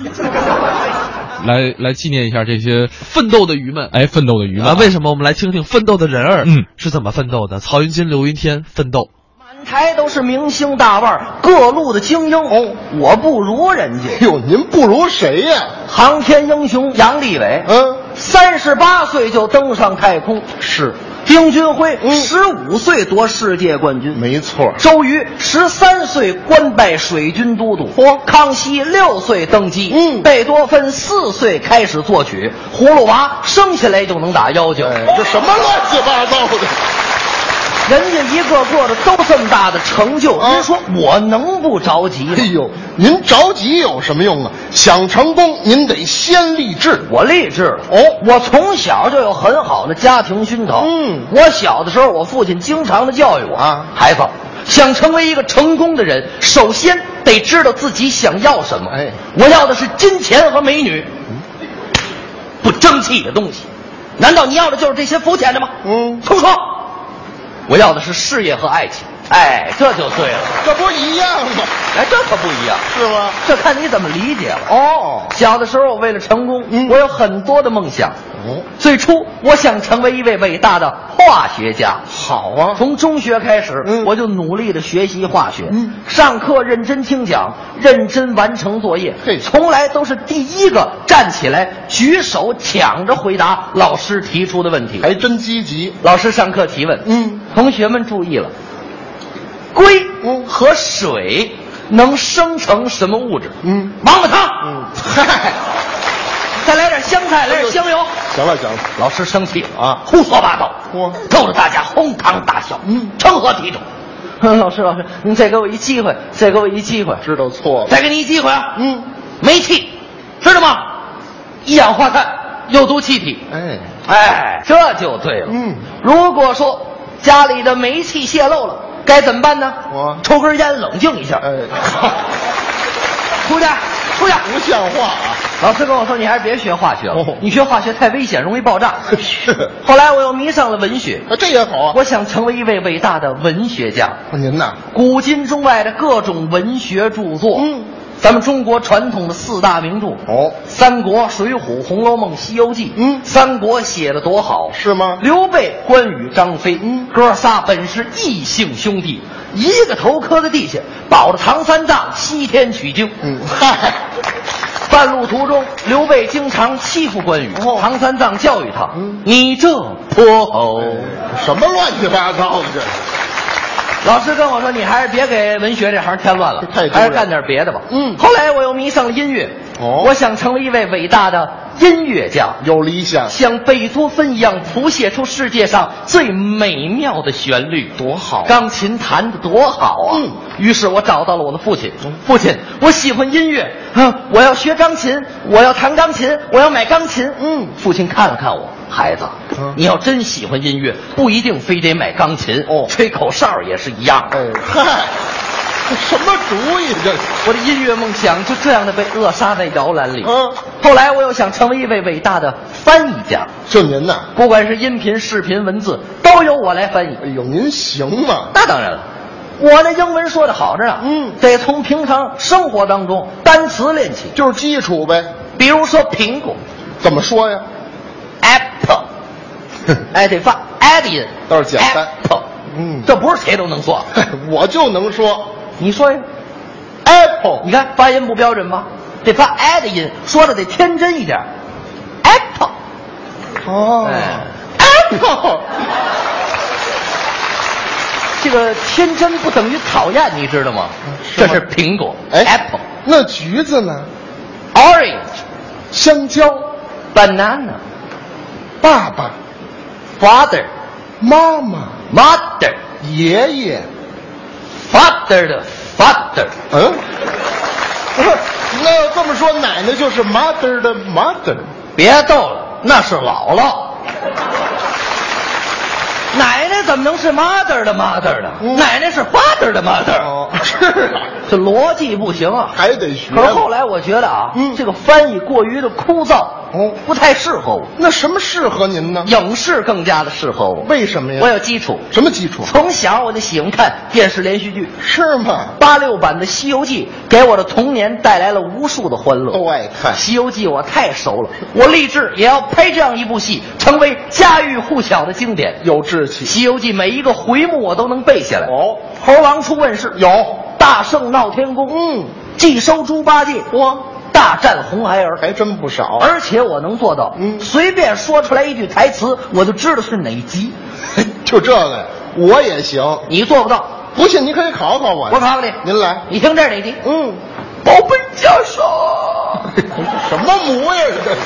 Speaker 6: 来来纪念一啊下这些
Speaker 1: 奋斗的鱼们，
Speaker 6: 哎，奋斗的鱼们
Speaker 1: 啊，为什么？我们来听听奋斗的人儿，
Speaker 6: 嗯，
Speaker 1: 是怎么奋斗的？曹云金、刘云天奋斗，
Speaker 19: 满台都是明星大腕儿，各路的精英哦，我不如人
Speaker 20: 哎
Speaker 19: 家。哟，您不如谁呀、航天英雄杨利伟，嗯，三十八岁就登上太空，是。丁俊晖
Speaker 20: 嗯
Speaker 19: 十五岁夺世界冠军，没错。周瑜十三岁官拜水军都督，康熙六岁登基，嗯，贝多芬四岁开始作曲，葫芦娃生下来就能打妖精，这什么乱七八糟的！人家一个个的都这么大的成就，您说我能不着急啊吗？哎呦，您着急有什么用啊？想成功，您得先立志。我立志了哦，我从小就有很好的家庭熏陶。嗯，我小的时候，我父亲经常的教育我啊，孩子，想成为一个成功的人，首先得知道自己想要什么。哎，我要的是金钱和美女，不争气的东西。难道你要的就是这些肤浅的吗？嗯，胡说。我要的是事业和爱情。哎，这就对了，这不一样吗？哎，这可不一样，是吗？这看你怎么理解了。哦，嗯小的时候为了成功，我有很多的梦想。哦，最初我想成为一位伟大的化学家。好啊，嗯从中学开始，我就努力的学习化学，上课认真听讲，认真完成作业，从来都是第一个站起来举手抢着回答老师提出的问题，还真积极。老师上课提问，嗯，同学们注意了，硅和水 能生成什么物质？嗯，王八汤。嗯，嗨，再来点香菜，来点香油。
Speaker 20: 行了行了，
Speaker 19: 老师生气了啊，胡说八道，逗得大家哄堂大笑，嗯，成何体统？
Speaker 20: 老师老师，
Speaker 19: 嗯
Speaker 20: 您再给我一机会，再给我一机会，知道错了
Speaker 19: 再给你一机会啊，嗯，煤气，知道吗？一氧化碳有毒气体，
Speaker 20: 哎
Speaker 19: 哎，这就对了。
Speaker 20: 嗯，
Speaker 19: 如果说家里的煤气泄漏了，该怎么办呢？
Speaker 20: 我
Speaker 19: 抽根烟冷静一下。 哎，出去，出去，
Speaker 20: 不像话啊！哦
Speaker 19: 老师跟我说，你还是别学化学了，你学化学太危险，容易爆 炸。后来我又迷上了文学，
Speaker 20: 这也好啊。
Speaker 19: 我想成为一位伟大的文学家。
Speaker 20: 您呐，
Speaker 19: 古今中外的各种文学著作，嗯，咱们中国传统的四大名著，
Speaker 20: 哦，
Speaker 19: 《三国》《水浒》《红楼梦》《西游记》，嗯，《三国》写的多好，
Speaker 20: 是吗？
Speaker 19: 刘备、关羽、张飞，嗯，哥仨本是异姓兄弟，一个头磕在地下，保着唐三藏西天取经，嗯，嗨。 半路途中，刘备经常欺负关羽，唐三藏教育他：“你这泼猴，
Speaker 20: 什么乱七八糟的这？”
Speaker 19: 老师跟我说：“你还是别给文学这行添乱了，
Speaker 20: 太丢人
Speaker 19: 还是干点别的吧。”嗯。后来我又迷上了音乐，哦，我想成为一位伟大的音乐家，
Speaker 20: 有理想，
Speaker 19: 像贝多芬一样谱写出世界上最美妙的旋律，
Speaker 20: 多好！
Speaker 19: 钢琴弹得多好啊！嗯。于是我找到了我的父亲，父亲，我喜欢音乐，嗯，我要学钢琴，我要弹钢琴，我要买钢琴。嗯。父亲看了看我，孩子，你要真喜欢音乐，不一定非得买钢琴哦，吹口哨也是一样。哎，
Speaker 20: 嗨，什么主意这？
Speaker 19: 我的音乐梦想就这样的被扼杀在摇篮里。嗯，后来我又想成为一位伟大的翻译家，
Speaker 20: 就您呐，
Speaker 19: 不管是音频、视频、文字，都由我来翻译。
Speaker 20: 哎呦，您行吗？
Speaker 19: 那当然了。我的英文说的好着呢，嗯，得从平常生活当中单词练起，
Speaker 20: 就是基础呗。
Speaker 19: 比如说苹果
Speaker 20: 怎么说呀？
Speaker 19: ，apple，哎，得发 a d d
Speaker 20: 倒是简单。
Speaker 19: apple，
Speaker 20: 嗯，
Speaker 19: 这不是谁都能说。
Speaker 20: 我就能说
Speaker 19: 你说呀，apple，你看发音不标准吧？得发 a 的音，说的得天真一点。apple，
Speaker 20: 哦
Speaker 19: 哎，apple，这个天真不等于讨厌，你知道吗？
Speaker 20: 嗯
Speaker 19: 这是苹果，apple。
Speaker 20: 哎那橘子呢？
Speaker 19: orange，
Speaker 20: 香蕉
Speaker 19: ，banana，
Speaker 20: 爸爸、
Speaker 19: father，
Speaker 20: 妈妈、
Speaker 19: mother，
Speaker 20: 爷爷。
Speaker 19: father 的 father，
Speaker 20: 嗯， 不是，那要这么说，奶奶就是 mother 的 mother。
Speaker 19: 别逗了，那是姥姥。奶奶怎么能是 mother 的 mother 呢？
Speaker 20: 嗯
Speaker 19: 奶奶是 father 的 mother。
Speaker 20: 是啊，
Speaker 19: 这逻辑不行啊，
Speaker 20: 还得学嗯
Speaker 19: 可是后来我觉得啊，这个翻译过于的枯燥，不太适合我。
Speaker 20: 哦那什么适合您呢？
Speaker 19: 影视更加的适合我，
Speaker 20: 为什么呀？
Speaker 19: 我有基础。
Speaker 20: 什么基础？
Speaker 19: 从小我就喜欢看电视连续剧，
Speaker 20: 是吗？
Speaker 19: 八六版的《西游记》给我的童年带来了无数的欢乐。
Speaker 20: 都爱看
Speaker 19: 《西游记》我太熟了，我立志也要拍这样一部戏，成为家喻户晓的经典。
Speaker 20: 有志
Speaker 19: 《
Speaker 20: 气。
Speaker 19: 西游记》每一个回目我都能背下来。
Speaker 20: 哦，
Speaker 19: 猴王出问世，
Speaker 20: 有
Speaker 19: 大圣闹天宫，嗯，祭收猪八戒，哇，大战红孩儿，
Speaker 20: 还真不少。
Speaker 19: 而且我能做到，嗯，随便说出来一句台词，我就知道是哪集。
Speaker 20: 就这个，我也行。
Speaker 19: 你做不到，
Speaker 20: 不信你可以考考我。
Speaker 19: 我考考你。
Speaker 20: 您来。
Speaker 19: 你听这是哪集？
Speaker 20: 嗯，
Speaker 19: 宝贝教授，
Speaker 20: 什么模样这是？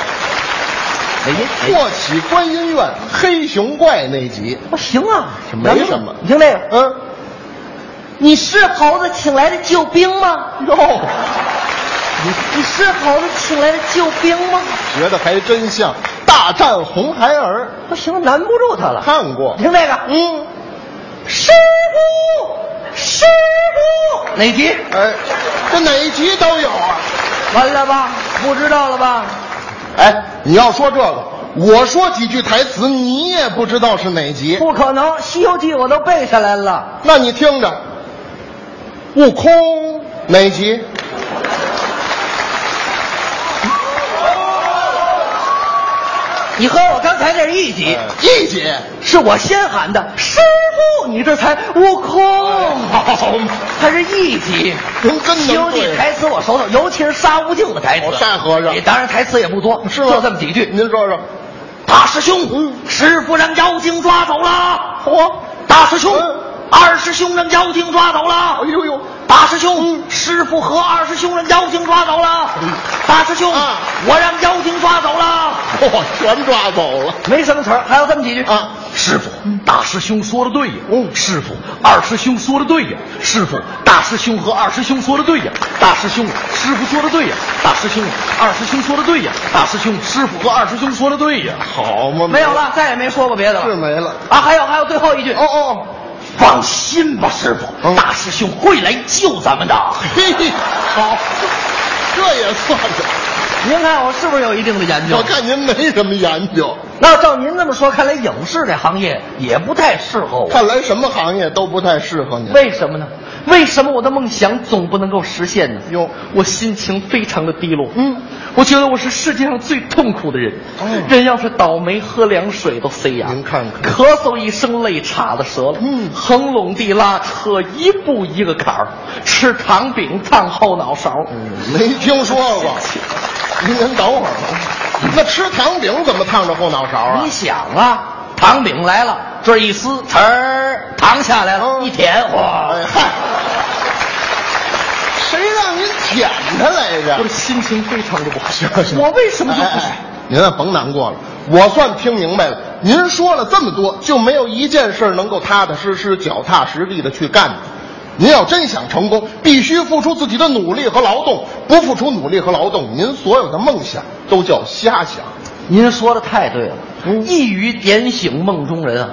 Speaker 19: 哪集？
Speaker 20: 霍启观音院黑熊怪那集，
Speaker 19: 我行啊，
Speaker 20: 没什么
Speaker 19: 你听这个，
Speaker 20: 嗯，
Speaker 4: 你是猴子请来的救兵吗？
Speaker 20: 哟，
Speaker 4: 你是猴子请来的救兵吗？
Speaker 20: 学的还真像。大战红孩儿，
Speaker 19: 不行，难不住他了。
Speaker 20: 看过
Speaker 19: 你。听这个，
Speaker 20: 嗯，
Speaker 19: 师傅，师傅，哪集？
Speaker 20: 哎，这哪一集都有啊。
Speaker 19: 完了吧？不知道了吧？
Speaker 20: 哎，你要说这个，我说几句台词，你也不知道是哪集。
Speaker 19: 不可能，《西游记》我都背下来了。
Speaker 20: 那你听着，悟空哪集？
Speaker 19: 你和我刚才那是一集，
Speaker 20: 一集。
Speaker 19: 是我先喊的师傅，你这才悟空，还是一集。
Speaker 20: 您真能
Speaker 19: 西游记
Speaker 20: 对》
Speaker 19: 台词我熟透，尤其是沙悟净的台词
Speaker 20: 哦。大和尚
Speaker 19: 也当然台词也不多，
Speaker 20: 是吗？
Speaker 19: 就这么几句。
Speaker 20: 您说说，
Speaker 19: 大师兄，师傅让妖精抓走了。
Speaker 20: 嚯
Speaker 19: 大师兄
Speaker 20: 哦嗯，
Speaker 19: 二师兄让妖精抓走了。
Speaker 20: 哎呦呦，嗯
Speaker 19: 大师兄，师
Speaker 20: 哎
Speaker 19: 傅和二师兄让妖精抓走了。大师兄，我让妖精抓走了。
Speaker 20: 我啊哦全抓走了，
Speaker 19: 没什么词儿，还有这么几句
Speaker 20: 啊。
Speaker 19: 师傅，大师兄说的对呀。嗯，师傅，二师兄说的对呀。师傅，大师兄和二师兄说的对呀。大师兄，师傅说的对呀。大师兄，二师兄说的对呀。大师兄，师傅和二师兄说的对呀。
Speaker 20: 好嘛，
Speaker 19: 没有了，再也没说过别的了。
Speaker 20: 是没了
Speaker 19: 啊，还有还有最后一句。哦哦，放心吧，师傅，大师兄会来救咱们的。
Speaker 20: 嗯嘿嘿，好，这也算是。
Speaker 19: 您看我是不是有一定的研究？
Speaker 20: 我看您没什么研究，
Speaker 19: 那照您这么说，看来影视这行业也不太适合我。
Speaker 20: 看来什么行业都不太适合您。
Speaker 19: 为什么呢？为什么我的梦想总不能够实现呢？哟，我心情非常的低落。嗯，我觉得我是世界上最痛苦的人。人要是倒霉，喝凉水都塞牙。
Speaker 20: 哦您看看，
Speaker 19: 咳嗽一声，泪岔子折了。嗯，横垄地拉车，一步一个坎儿，吃糖饼烫后脑勺。
Speaker 20: 嗯没听说过。您您等会儿吧，那吃糖饼怎么烫着后脑勺啊
Speaker 19: 你？想啊，糖饼来了，这一撕，呲儿，糖下来了，一舔，哇！
Speaker 20: 哦哎嗨，谁让您舔它来着？
Speaker 19: 我心情非常的不好。
Speaker 20: 是
Speaker 19: 我为什么就
Speaker 20: 哎
Speaker 19: 不
Speaker 20: 哎，您啊甭难过了，我算听明白了。您说了这么多，就没有一件事儿能够踏踏实实、脚踏实地的去干的。您要真想成功，必须付出自己的努力和劳动。不付出努力和劳动，您所有的梦想都叫瞎想。
Speaker 19: 您说的太对了，
Speaker 20: 嗯
Speaker 19: 一语点醒梦中人啊！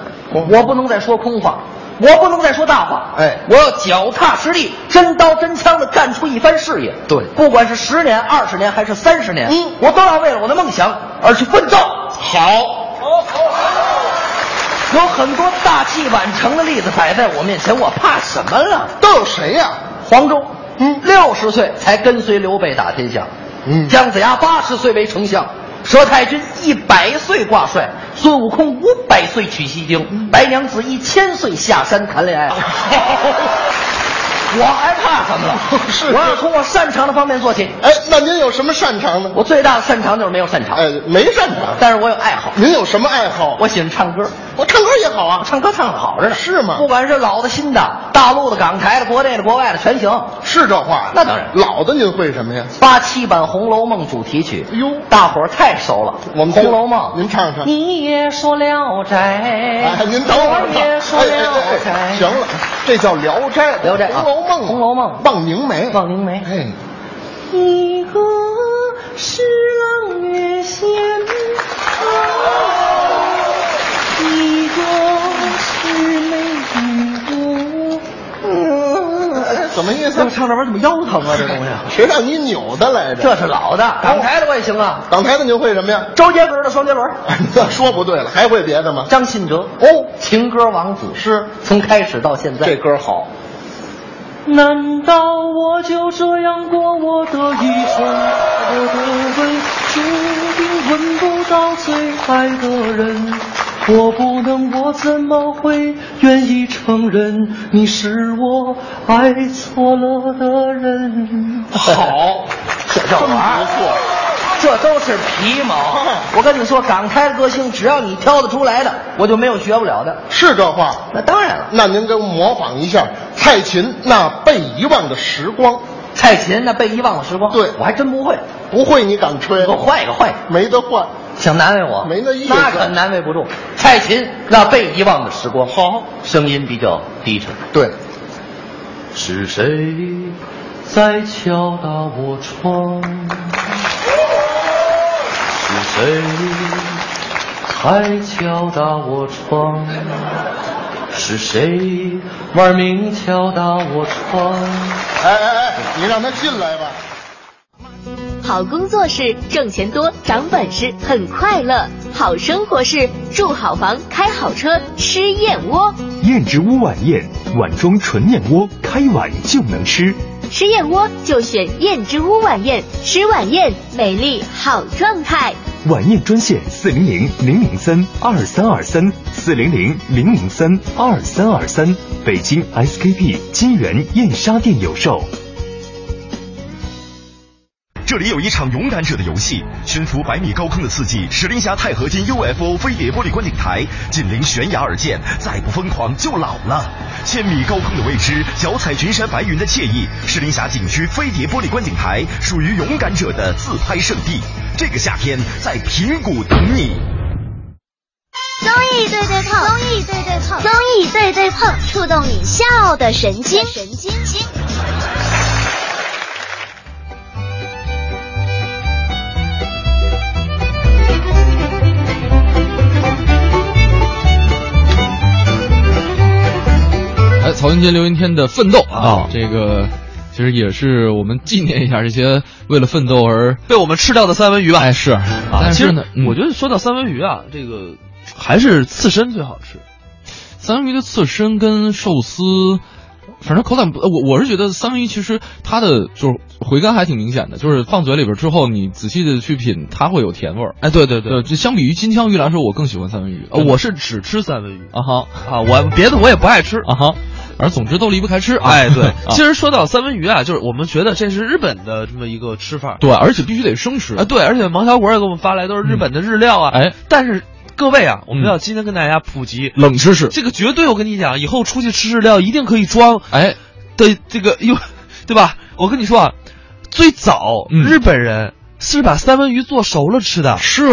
Speaker 19: 我不能再说空话，我不能再说大话，
Speaker 20: 哦哎
Speaker 19: 我要脚踏实地，真刀真枪的干出一番事业。
Speaker 20: 对
Speaker 19: 不管是十年、二十年还是三十年，
Speaker 20: 嗯
Speaker 19: 我都要为了我的梦想而去奋斗。好。有很多大器晚成的例子摆在我面前，我怕什么了？
Speaker 20: 都有谁呀、
Speaker 19: 黄忠，嗯，六十岁才跟随刘备打天下，嗯，姜子牙八十岁为丞相，佘太君一百岁挂帅，孙悟空五百岁取西经，
Speaker 20: 嗯
Speaker 19: 白娘子一千岁下山谈恋爱。 我还怕什么了？
Speaker 20: 是
Speaker 19: 我要从我擅长的方面做起。
Speaker 20: 哎，那您有什么擅长呢？
Speaker 19: 我最大的擅长就是没有擅长，
Speaker 20: 哎，没擅长。
Speaker 19: 但是我有爱好。
Speaker 20: 您有什么爱好？
Speaker 19: 我喜欢唱歌，
Speaker 20: 我唱歌也好啊，
Speaker 19: 唱歌唱的好着呢。
Speaker 20: 是吗
Speaker 19: 不管是老的、新的，大陆的、港台的、国内的、国外的，全行。
Speaker 20: 是这话呀。
Speaker 19: 那当然
Speaker 20: 老的您会什么呀？
Speaker 19: 八七版《红楼梦》主题曲，
Speaker 20: 哟
Speaker 19: 大伙儿太熟了。
Speaker 20: 我们
Speaker 19: 《
Speaker 20: 听
Speaker 19: 红楼梦》，
Speaker 20: 您唱唱
Speaker 19: 你也说《聊斋》，
Speaker 20: 哎，您等会儿吧。
Speaker 19: 我也说《
Speaker 20: 哎
Speaker 19: 聊
Speaker 20: 哎
Speaker 19: 斋》
Speaker 20: 哎，行了，这叫《聊斋》《
Speaker 19: 聊斋啊
Speaker 20: 红楼梦》《
Speaker 19: 红楼梦
Speaker 20: 望凝眉》
Speaker 19: 望凝眉
Speaker 20: 哎，
Speaker 21: 一个是朗月仙，一个是美女
Speaker 20: 哎怎么意思
Speaker 19: 这？唱这玩意儿怎么腰疼啊？这东西，
Speaker 20: 谁让你扭的来着？
Speaker 19: 这是老的，港台的我也行啊。
Speaker 20: 港台的您会什么呀？
Speaker 19: 周杰伦的《双杰伦》，
Speaker 20: 那说不对了，还会别的吗？
Speaker 19: 张信哲哦，情歌王子是从开始到现在，
Speaker 20: 这歌好，
Speaker 21: 难道我就这样过我的一生？我的吻注定吻不到最爱的人，我不能，我怎么会愿意承认你是我爱错了的人？
Speaker 19: 好，这叫玩儿
Speaker 20: 真不错。
Speaker 19: 这都是皮毛。我跟你说，港台的歌星，只要你挑得出来的，我就没有学不了的。
Speaker 20: 是这话。
Speaker 19: 那当然了，
Speaker 20: 那您给我模仿一下蔡琴那被遗忘的时光，
Speaker 19: 蔡琴那被遗忘的时光，
Speaker 20: 对
Speaker 19: 我还真不会。
Speaker 20: 不会你敢吹？
Speaker 19: 给我换一个，换一个，
Speaker 20: 没得换。
Speaker 19: 想难为我？
Speaker 20: 没那意思
Speaker 19: 那可难为不住。蔡琴那被遗忘的时光，好，声音比较低沉。
Speaker 20: 对，
Speaker 21: 是谁在敲打我窗？是谁在敲打我窗？是谁玩命敲打我窗？
Speaker 20: 哎哎哎，你让他进来吧。
Speaker 8: 好工作是挣钱多、长本事、很快乐；好生活是住好房、开好车、吃燕窝。
Speaker 14: 燕之屋晚宴，碗装纯燕窝，开碗就能吃。
Speaker 8: 吃燕窝就选燕之屋晚宴，吃晚宴美丽好状态。
Speaker 14: 晚宴专线四零零零零三二三二三四零零零零三二三二三，北京 SKP 金源燕莎店有售。
Speaker 15: 这里有一场勇敢者的游戏，悬浮百米高空的刺激，石林峡钛合金 UFO 飞碟玻璃观景台，紧邻悬崖而建，再不疯狂就老了。千米高空的未知，脚踩群山白云的惬意，石林峡景区飞碟玻璃观景台属于勇敢者的自拍圣地。这个夏天在平谷等你。
Speaker 9: 综艺对对碰，综艺对对碰，综艺对对碰，触动你笑的神经，神经经。
Speaker 2: 哎，曹云金、刘云天的奋斗啊，这个其实也是我们纪念一下这些为了奋斗而
Speaker 1: 被我们吃掉的三文鱼吧。
Speaker 2: 哎，是啊，但
Speaker 1: 其
Speaker 2: 是
Speaker 1: 实
Speaker 2: 呢，嗯
Speaker 1: 我觉得说到三文鱼啊，这个还是刺身最好吃。
Speaker 2: 三文鱼的刺身跟寿司，反正口感不，呃我我是觉得三文鱼其实它的就是回甘还挺明显的，就是放嘴里边之后，你仔细的去品，它会有甜味儿。
Speaker 1: 哎，对对对，
Speaker 2: 就相比于金枪鱼来说，我更喜欢三文鱼。
Speaker 1: 呃，我是只吃三文鱼
Speaker 2: 嗯啊哈
Speaker 1: 啊，我别的我也不爱吃
Speaker 2: 啊哈，而总之都离不开吃。，
Speaker 1: 哎，对 其实说到三文鱼啊，就是我们觉得这是日本的这么一个吃法，
Speaker 2: 对，而且必须得生吃
Speaker 1: 啊，对，而且王小果也给我们发来都是日本的日料啊，
Speaker 2: 嗯哎，
Speaker 1: 但是各位啊，我们
Speaker 2: 嗯
Speaker 1: 要今天跟大家普及
Speaker 2: 冷知识
Speaker 1: 这个绝对我跟你讲，以后出去吃日料一定可以装，
Speaker 2: 哎，
Speaker 1: 对，这个哟，对吧？我跟你说啊，最早
Speaker 2: 嗯
Speaker 1: 日本人是把三文鱼做熟了吃的，
Speaker 2: 是，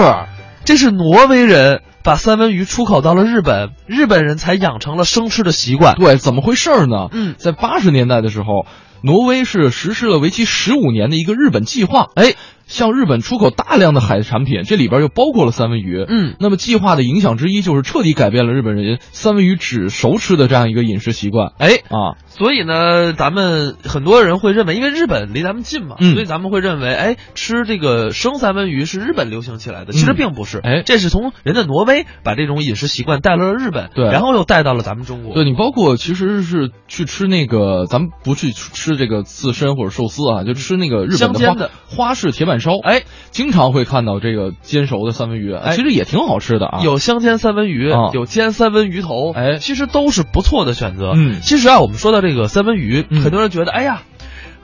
Speaker 1: 这是挪威人。把三文鱼出口到了日本，日本人才养成了生吃的习惯。
Speaker 2: 对，怎么回事儿呢？
Speaker 1: 嗯，
Speaker 2: 在八十年代的时候，挪威是实施了为期十五年的一个日本计划，哎，向日本出口大量的海产品，这里边就包括了三文鱼。
Speaker 1: 嗯，
Speaker 2: 那么计划的影响之一就是彻底改变了日本人三文鱼只熟吃的这样一个饮食习惯。
Speaker 1: 哎
Speaker 2: 啊，
Speaker 1: 所以呢，咱们很多人会认为，因为日本离咱们近嘛，
Speaker 2: 嗯
Speaker 1: 所以咱们会认为，哎，吃这个生三文鱼是日本流行起来的，其实
Speaker 2: 嗯
Speaker 1: 并不是，
Speaker 2: 哎
Speaker 1: 这是从人家挪威把这种饮食习惯带到了日本，
Speaker 2: 对
Speaker 1: 然后又带到了咱们中国，
Speaker 2: 对你包括其实是去吃那个，咱们不去吃吃这个刺身或者寿司啊，就吃那个日本
Speaker 1: 香
Speaker 2: 的
Speaker 1: 煎
Speaker 2: 花
Speaker 1: 的
Speaker 2: 花式铁板烧，
Speaker 1: 哎，
Speaker 2: 经常会看到这个煎熟的三文鱼，
Speaker 1: 哎
Speaker 2: 其实也挺好吃的啊。
Speaker 1: 有香煎三文鱼，
Speaker 2: 啊
Speaker 1: 有煎三文鱼头，
Speaker 2: 哎
Speaker 1: 其实都是不错的选择。
Speaker 2: 嗯
Speaker 1: 其实啊，我们说到这个三文鱼，很多人觉得，哎呀，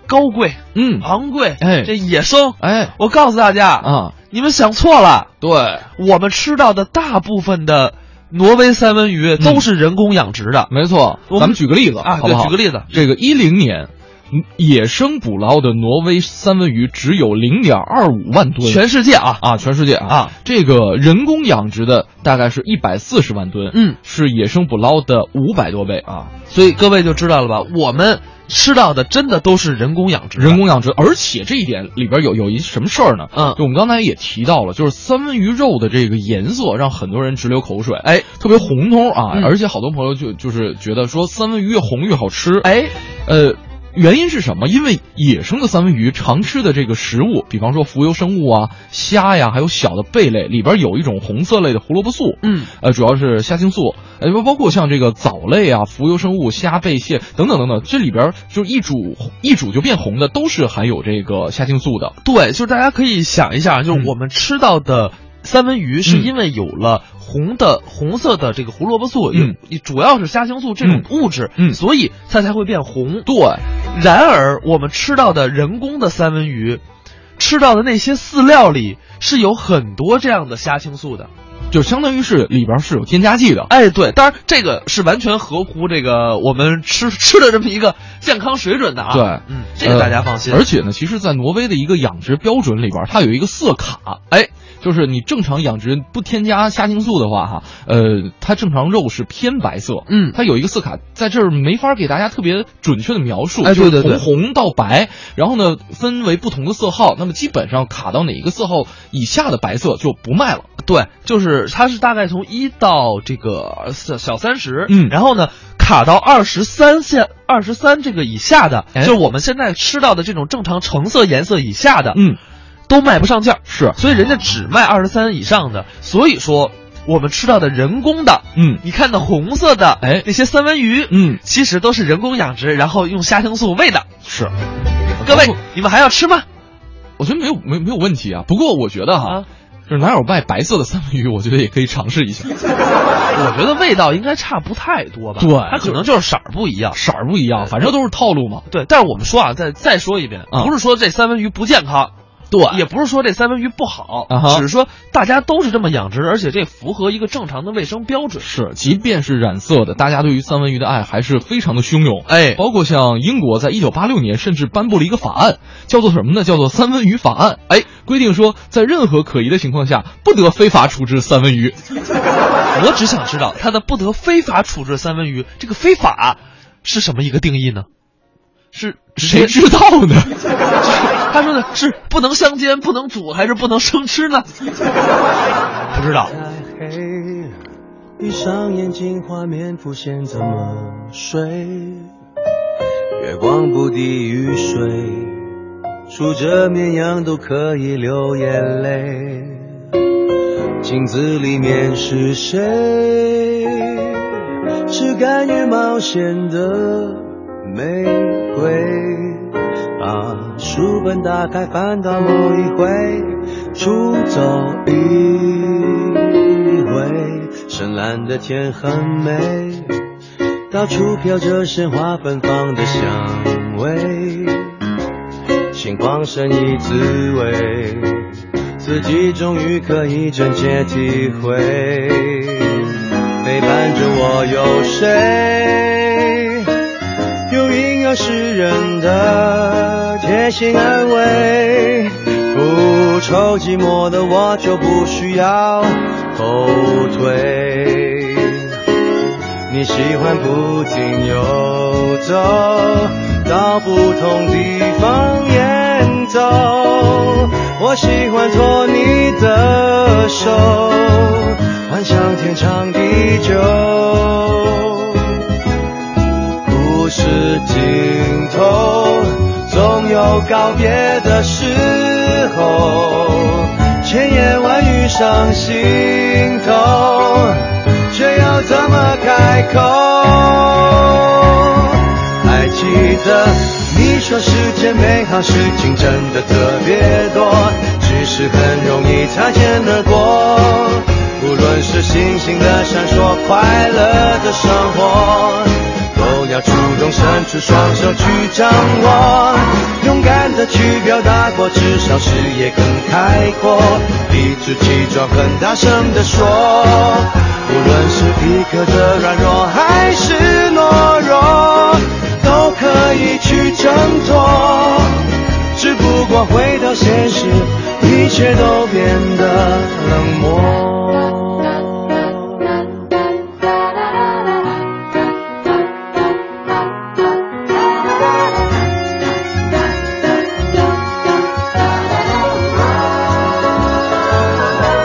Speaker 1: 高贵，
Speaker 2: 嗯，
Speaker 1: 昂贵，
Speaker 2: 哎
Speaker 1: 这野生，
Speaker 2: 哎，
Speaker 1: 我告诉大家
Speaker 2: 啊，
Speaker 1: 你们想错了，
Speaker 2: 对，
Speaker 1: 我们吃到的大部分的挪威三文
Speaker 2: 嗯
Speaker 1: 鱼都是人工养殖的，
Speaker 2: 没错，
Speaker 1: 我们
Speaker 2: 咱们举个例子
Speaker 1: 啊
Speaker 2: 好不好
Speaker 1: 对举个例子
Speaker 2: 这个一零年，嗯野生捕捞的挪威三文鱼只有零点二五万吨，
Speaker 1: 全世界啊，
Speaker 2: 啊，全世界啊
Speaker 1: 啊
Speaker 2: 这个人工养殖的大概是一百四十万吨，
Speaker 1: 嗯，
Speaker 2: 是野生捕捞的五百多倍啊，
Speaker 1: 所以各位就知道了吧，我们吃到的真的都是人工养殖的，
Speaker 2: 人工养殖，而且这一点里边有有一什么事儿呢？
Speaker 1: 嗯
Speaker 2: 就我们刚才也提到了，就是三文鱼肉的这个颜色让很多人直流口水，哎，特别红通啊，
Speaker 1: 嗯
Speaker 2: 而且好多朋友就就是觉得说三文鱼越红越好吃，
Speaker 1: 哎，
Speaker 2: 呃。原因是什么？因为野生的三文鱼常吃的这个食物，比方说浮游生物啊、虾呀，还有小的贝类，里边有一种红色类的胡萝卜素，
Speaker 1: 嗯，
Speaker 2: 呃，主要是虾青素，呃，包包括像这个藻类啊、浮游生物、虾、贝蟹等等等等，这里边儿就是一煮一煮就变红的，都是含有这个虾青素的。
Speaker 1: 对，就是大家可以想一下，就是我们吃到的三文鱼，是
Speaker 2: 嗯
Speaker 1: 因为有了红的、红色的这个胡萝卜素，
Speaker 2: 嗯
Speaker 1: 有主要是虾青素这种物质，
Speaker 2: 嗯
Speaker 1: 所以它才会变红。
Speaker 2: 对，
Speaker 1: 然而我们吃到的人工的三文鱼，吃到的那些饲料里是有很多这样的虾青素的。
Speaker 2: 就相当于是里边儿是有添加剂的。
Speaker 1: 哎，对，当然这个是完全合乎这个我们吃 吃的这么一个健康水准的啊。
Speaker 2: 对，
Speaker 1: 嗯，这个大家放心。
Speaker 2: 呃而且呢，其实，在挪威的一个养殖标准里边儿，它有一个色卡，哎，就是你正常养殖不添加虾青素的话，哈，呃，它正常肉是偏白色，
Speaker 1: 嗯
Speaker 2: 它有一个色卡，在这儿没法给大家特别准确的描述，
Speaker 1: 哎
Speaker 2: 就是
Speaker 1: 对对对
Speaker 2: 从红到白，然后呢，分为不同的色号，那么基本上卡到哪一个色号以下的白色就不卖了，
Speaker 1: 对，就是它是大概从一到这个小小三十，
Speaker 2: 嗯
Speaker 1: 然后呢卡到二十三线二十三这个以下的，
Speaker 2: 哎
Speaker 1: 就是我们现在吃到的这种正常橙色颜色以下的，
Speaker 2: 嗯，
Speaker 1: 都卖不上价，
Speaker 2: 是
Speaker 1: 所以人家只卖二十三以上的，所以说我们吃到的人工的，
Speaker 2: 嗯
Speaker 1: 你看的红色的，
Speaker 2: 哎
Speaker 1: 那些三文鱼，
Speaker 2: 嗯，
Speaker 1: 其实都是人工养殖，然后用虾青素喂的。
Speaker 2: 是，
Speaker 1: 各
Speaker 2: 哦
Speaker 1: 位，你们还要吃吗？
Speaker 2: 我觉得没有没没有问题啊，不过我觉得哈。
Speaker 1: 啊
Speaker 2: 就是哪有卖白色的三文鱼，我觉得也可以尝试一下。
Speaker 1: 啊我觉得味道应该差不太多吧，
Speaker 2: 对
Speaker 1: 它可能就是色儿不一样，
Speaker 2: 色儿不一样，反正都是套路嘛。
Speaker 1: 对，但是我们说啊，再再说一遍，
Speaker 2: 啊
Speaker 1: 不是说这三文鱼不健康，对，也不是说这三文鱼不好，
Speaker 2: 啊哈
Speaker 1: 只是说大家都是这么养殖，而且这符合一个正常的卫生标准。
Speaker 2: 是，即便是染色的，大家对于三文鱼的爱还是非常的汹涌。哎，包括像英国在一九八六年甚至颁布了一个法案，叫做什么呢？叫做《三文鱼法案》。哎，规定说，在任何可疑的情况下，不得非法处置三文鱼。
Speaker 1: 哦我只想知道它的不得非法处置三文鱼，这个非法是什么一个定义呢？是
Speaker 2: 谁知道呢？
Speaker 1: 他说的是不能相煎，不能煮，还是不能生吃呢？ 不知道。
Speaker 21: 黑，闭上眼睛，画面浮现，怎么睡？月光不滴雨水，数着绵羊都可以流眼泪。镜子里面是谁？是甘于冒险的玫瑰。把书本打开，翻到某一回，出走一回。深蓝的天很美，到处飘着鲜花芬芳的香味。心旷神怡滋味，自己终于可以真切体会。陪伴着我有谁？有因而世人的贴心安慰。不愁寂寞的我就不需要后退。你喜欢不停游走，到不同地方演奏。我喜欢托你的手，幻想天长地久。故事尽头，总有告别的时候，千言万语上心头，却要怎么开口？还记得你说世间美好事情真的特别多，只是很容易擦肩而过。无论是星星的闪烁，快乐的生活。都要主动伸出双手去掌握，勇敢的去表达过，至少视野更开阔，理直气壮很大声的说，无论是皮壳的软弱还是懦弱，都可以去挣脱，只不过回到现实，一切都变得冷漠。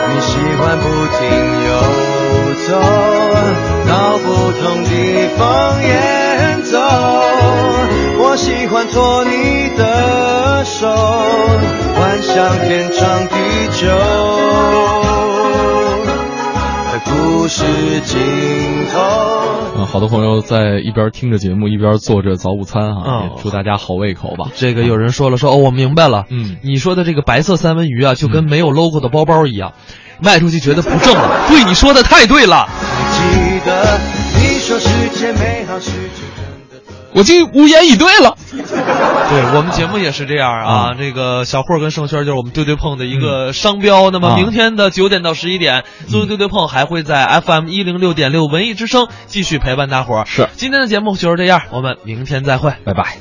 Speaker 21: 你喜欢不停游走，到不同地方演奏。我喜欢托你的手，幻想天长地久。故事尽头。
Speaker 2: 嗯，好多朋友在一边听着节目，一边做着早午餐啊，也祝大家好胃口吧。
Speaker 1: 哦这个有人说了说，哦，我明白了，嗯，你说的这个白色三文鱼啊，就跟没有 logo 的包包一样，卖出去觉得不正了。对，你说的太对了。
Speaker 21: 记得你说世界美好事情。
Speaker 2: 我竟无言以对了。
Speaker 1: 对我们节目也是这样啊，嗯这个小霍跟盛轩就是我们对对碰的一个商标。那么
Speaker 2: 啊
Speaker 1: 明天的九点到十一点，作为对对碰还会在 FM 一零六点六文艺之声继续陪伴大伙儿。是，今天的节目就是这样，我们明天再会，
Speaker 2: 拜拜。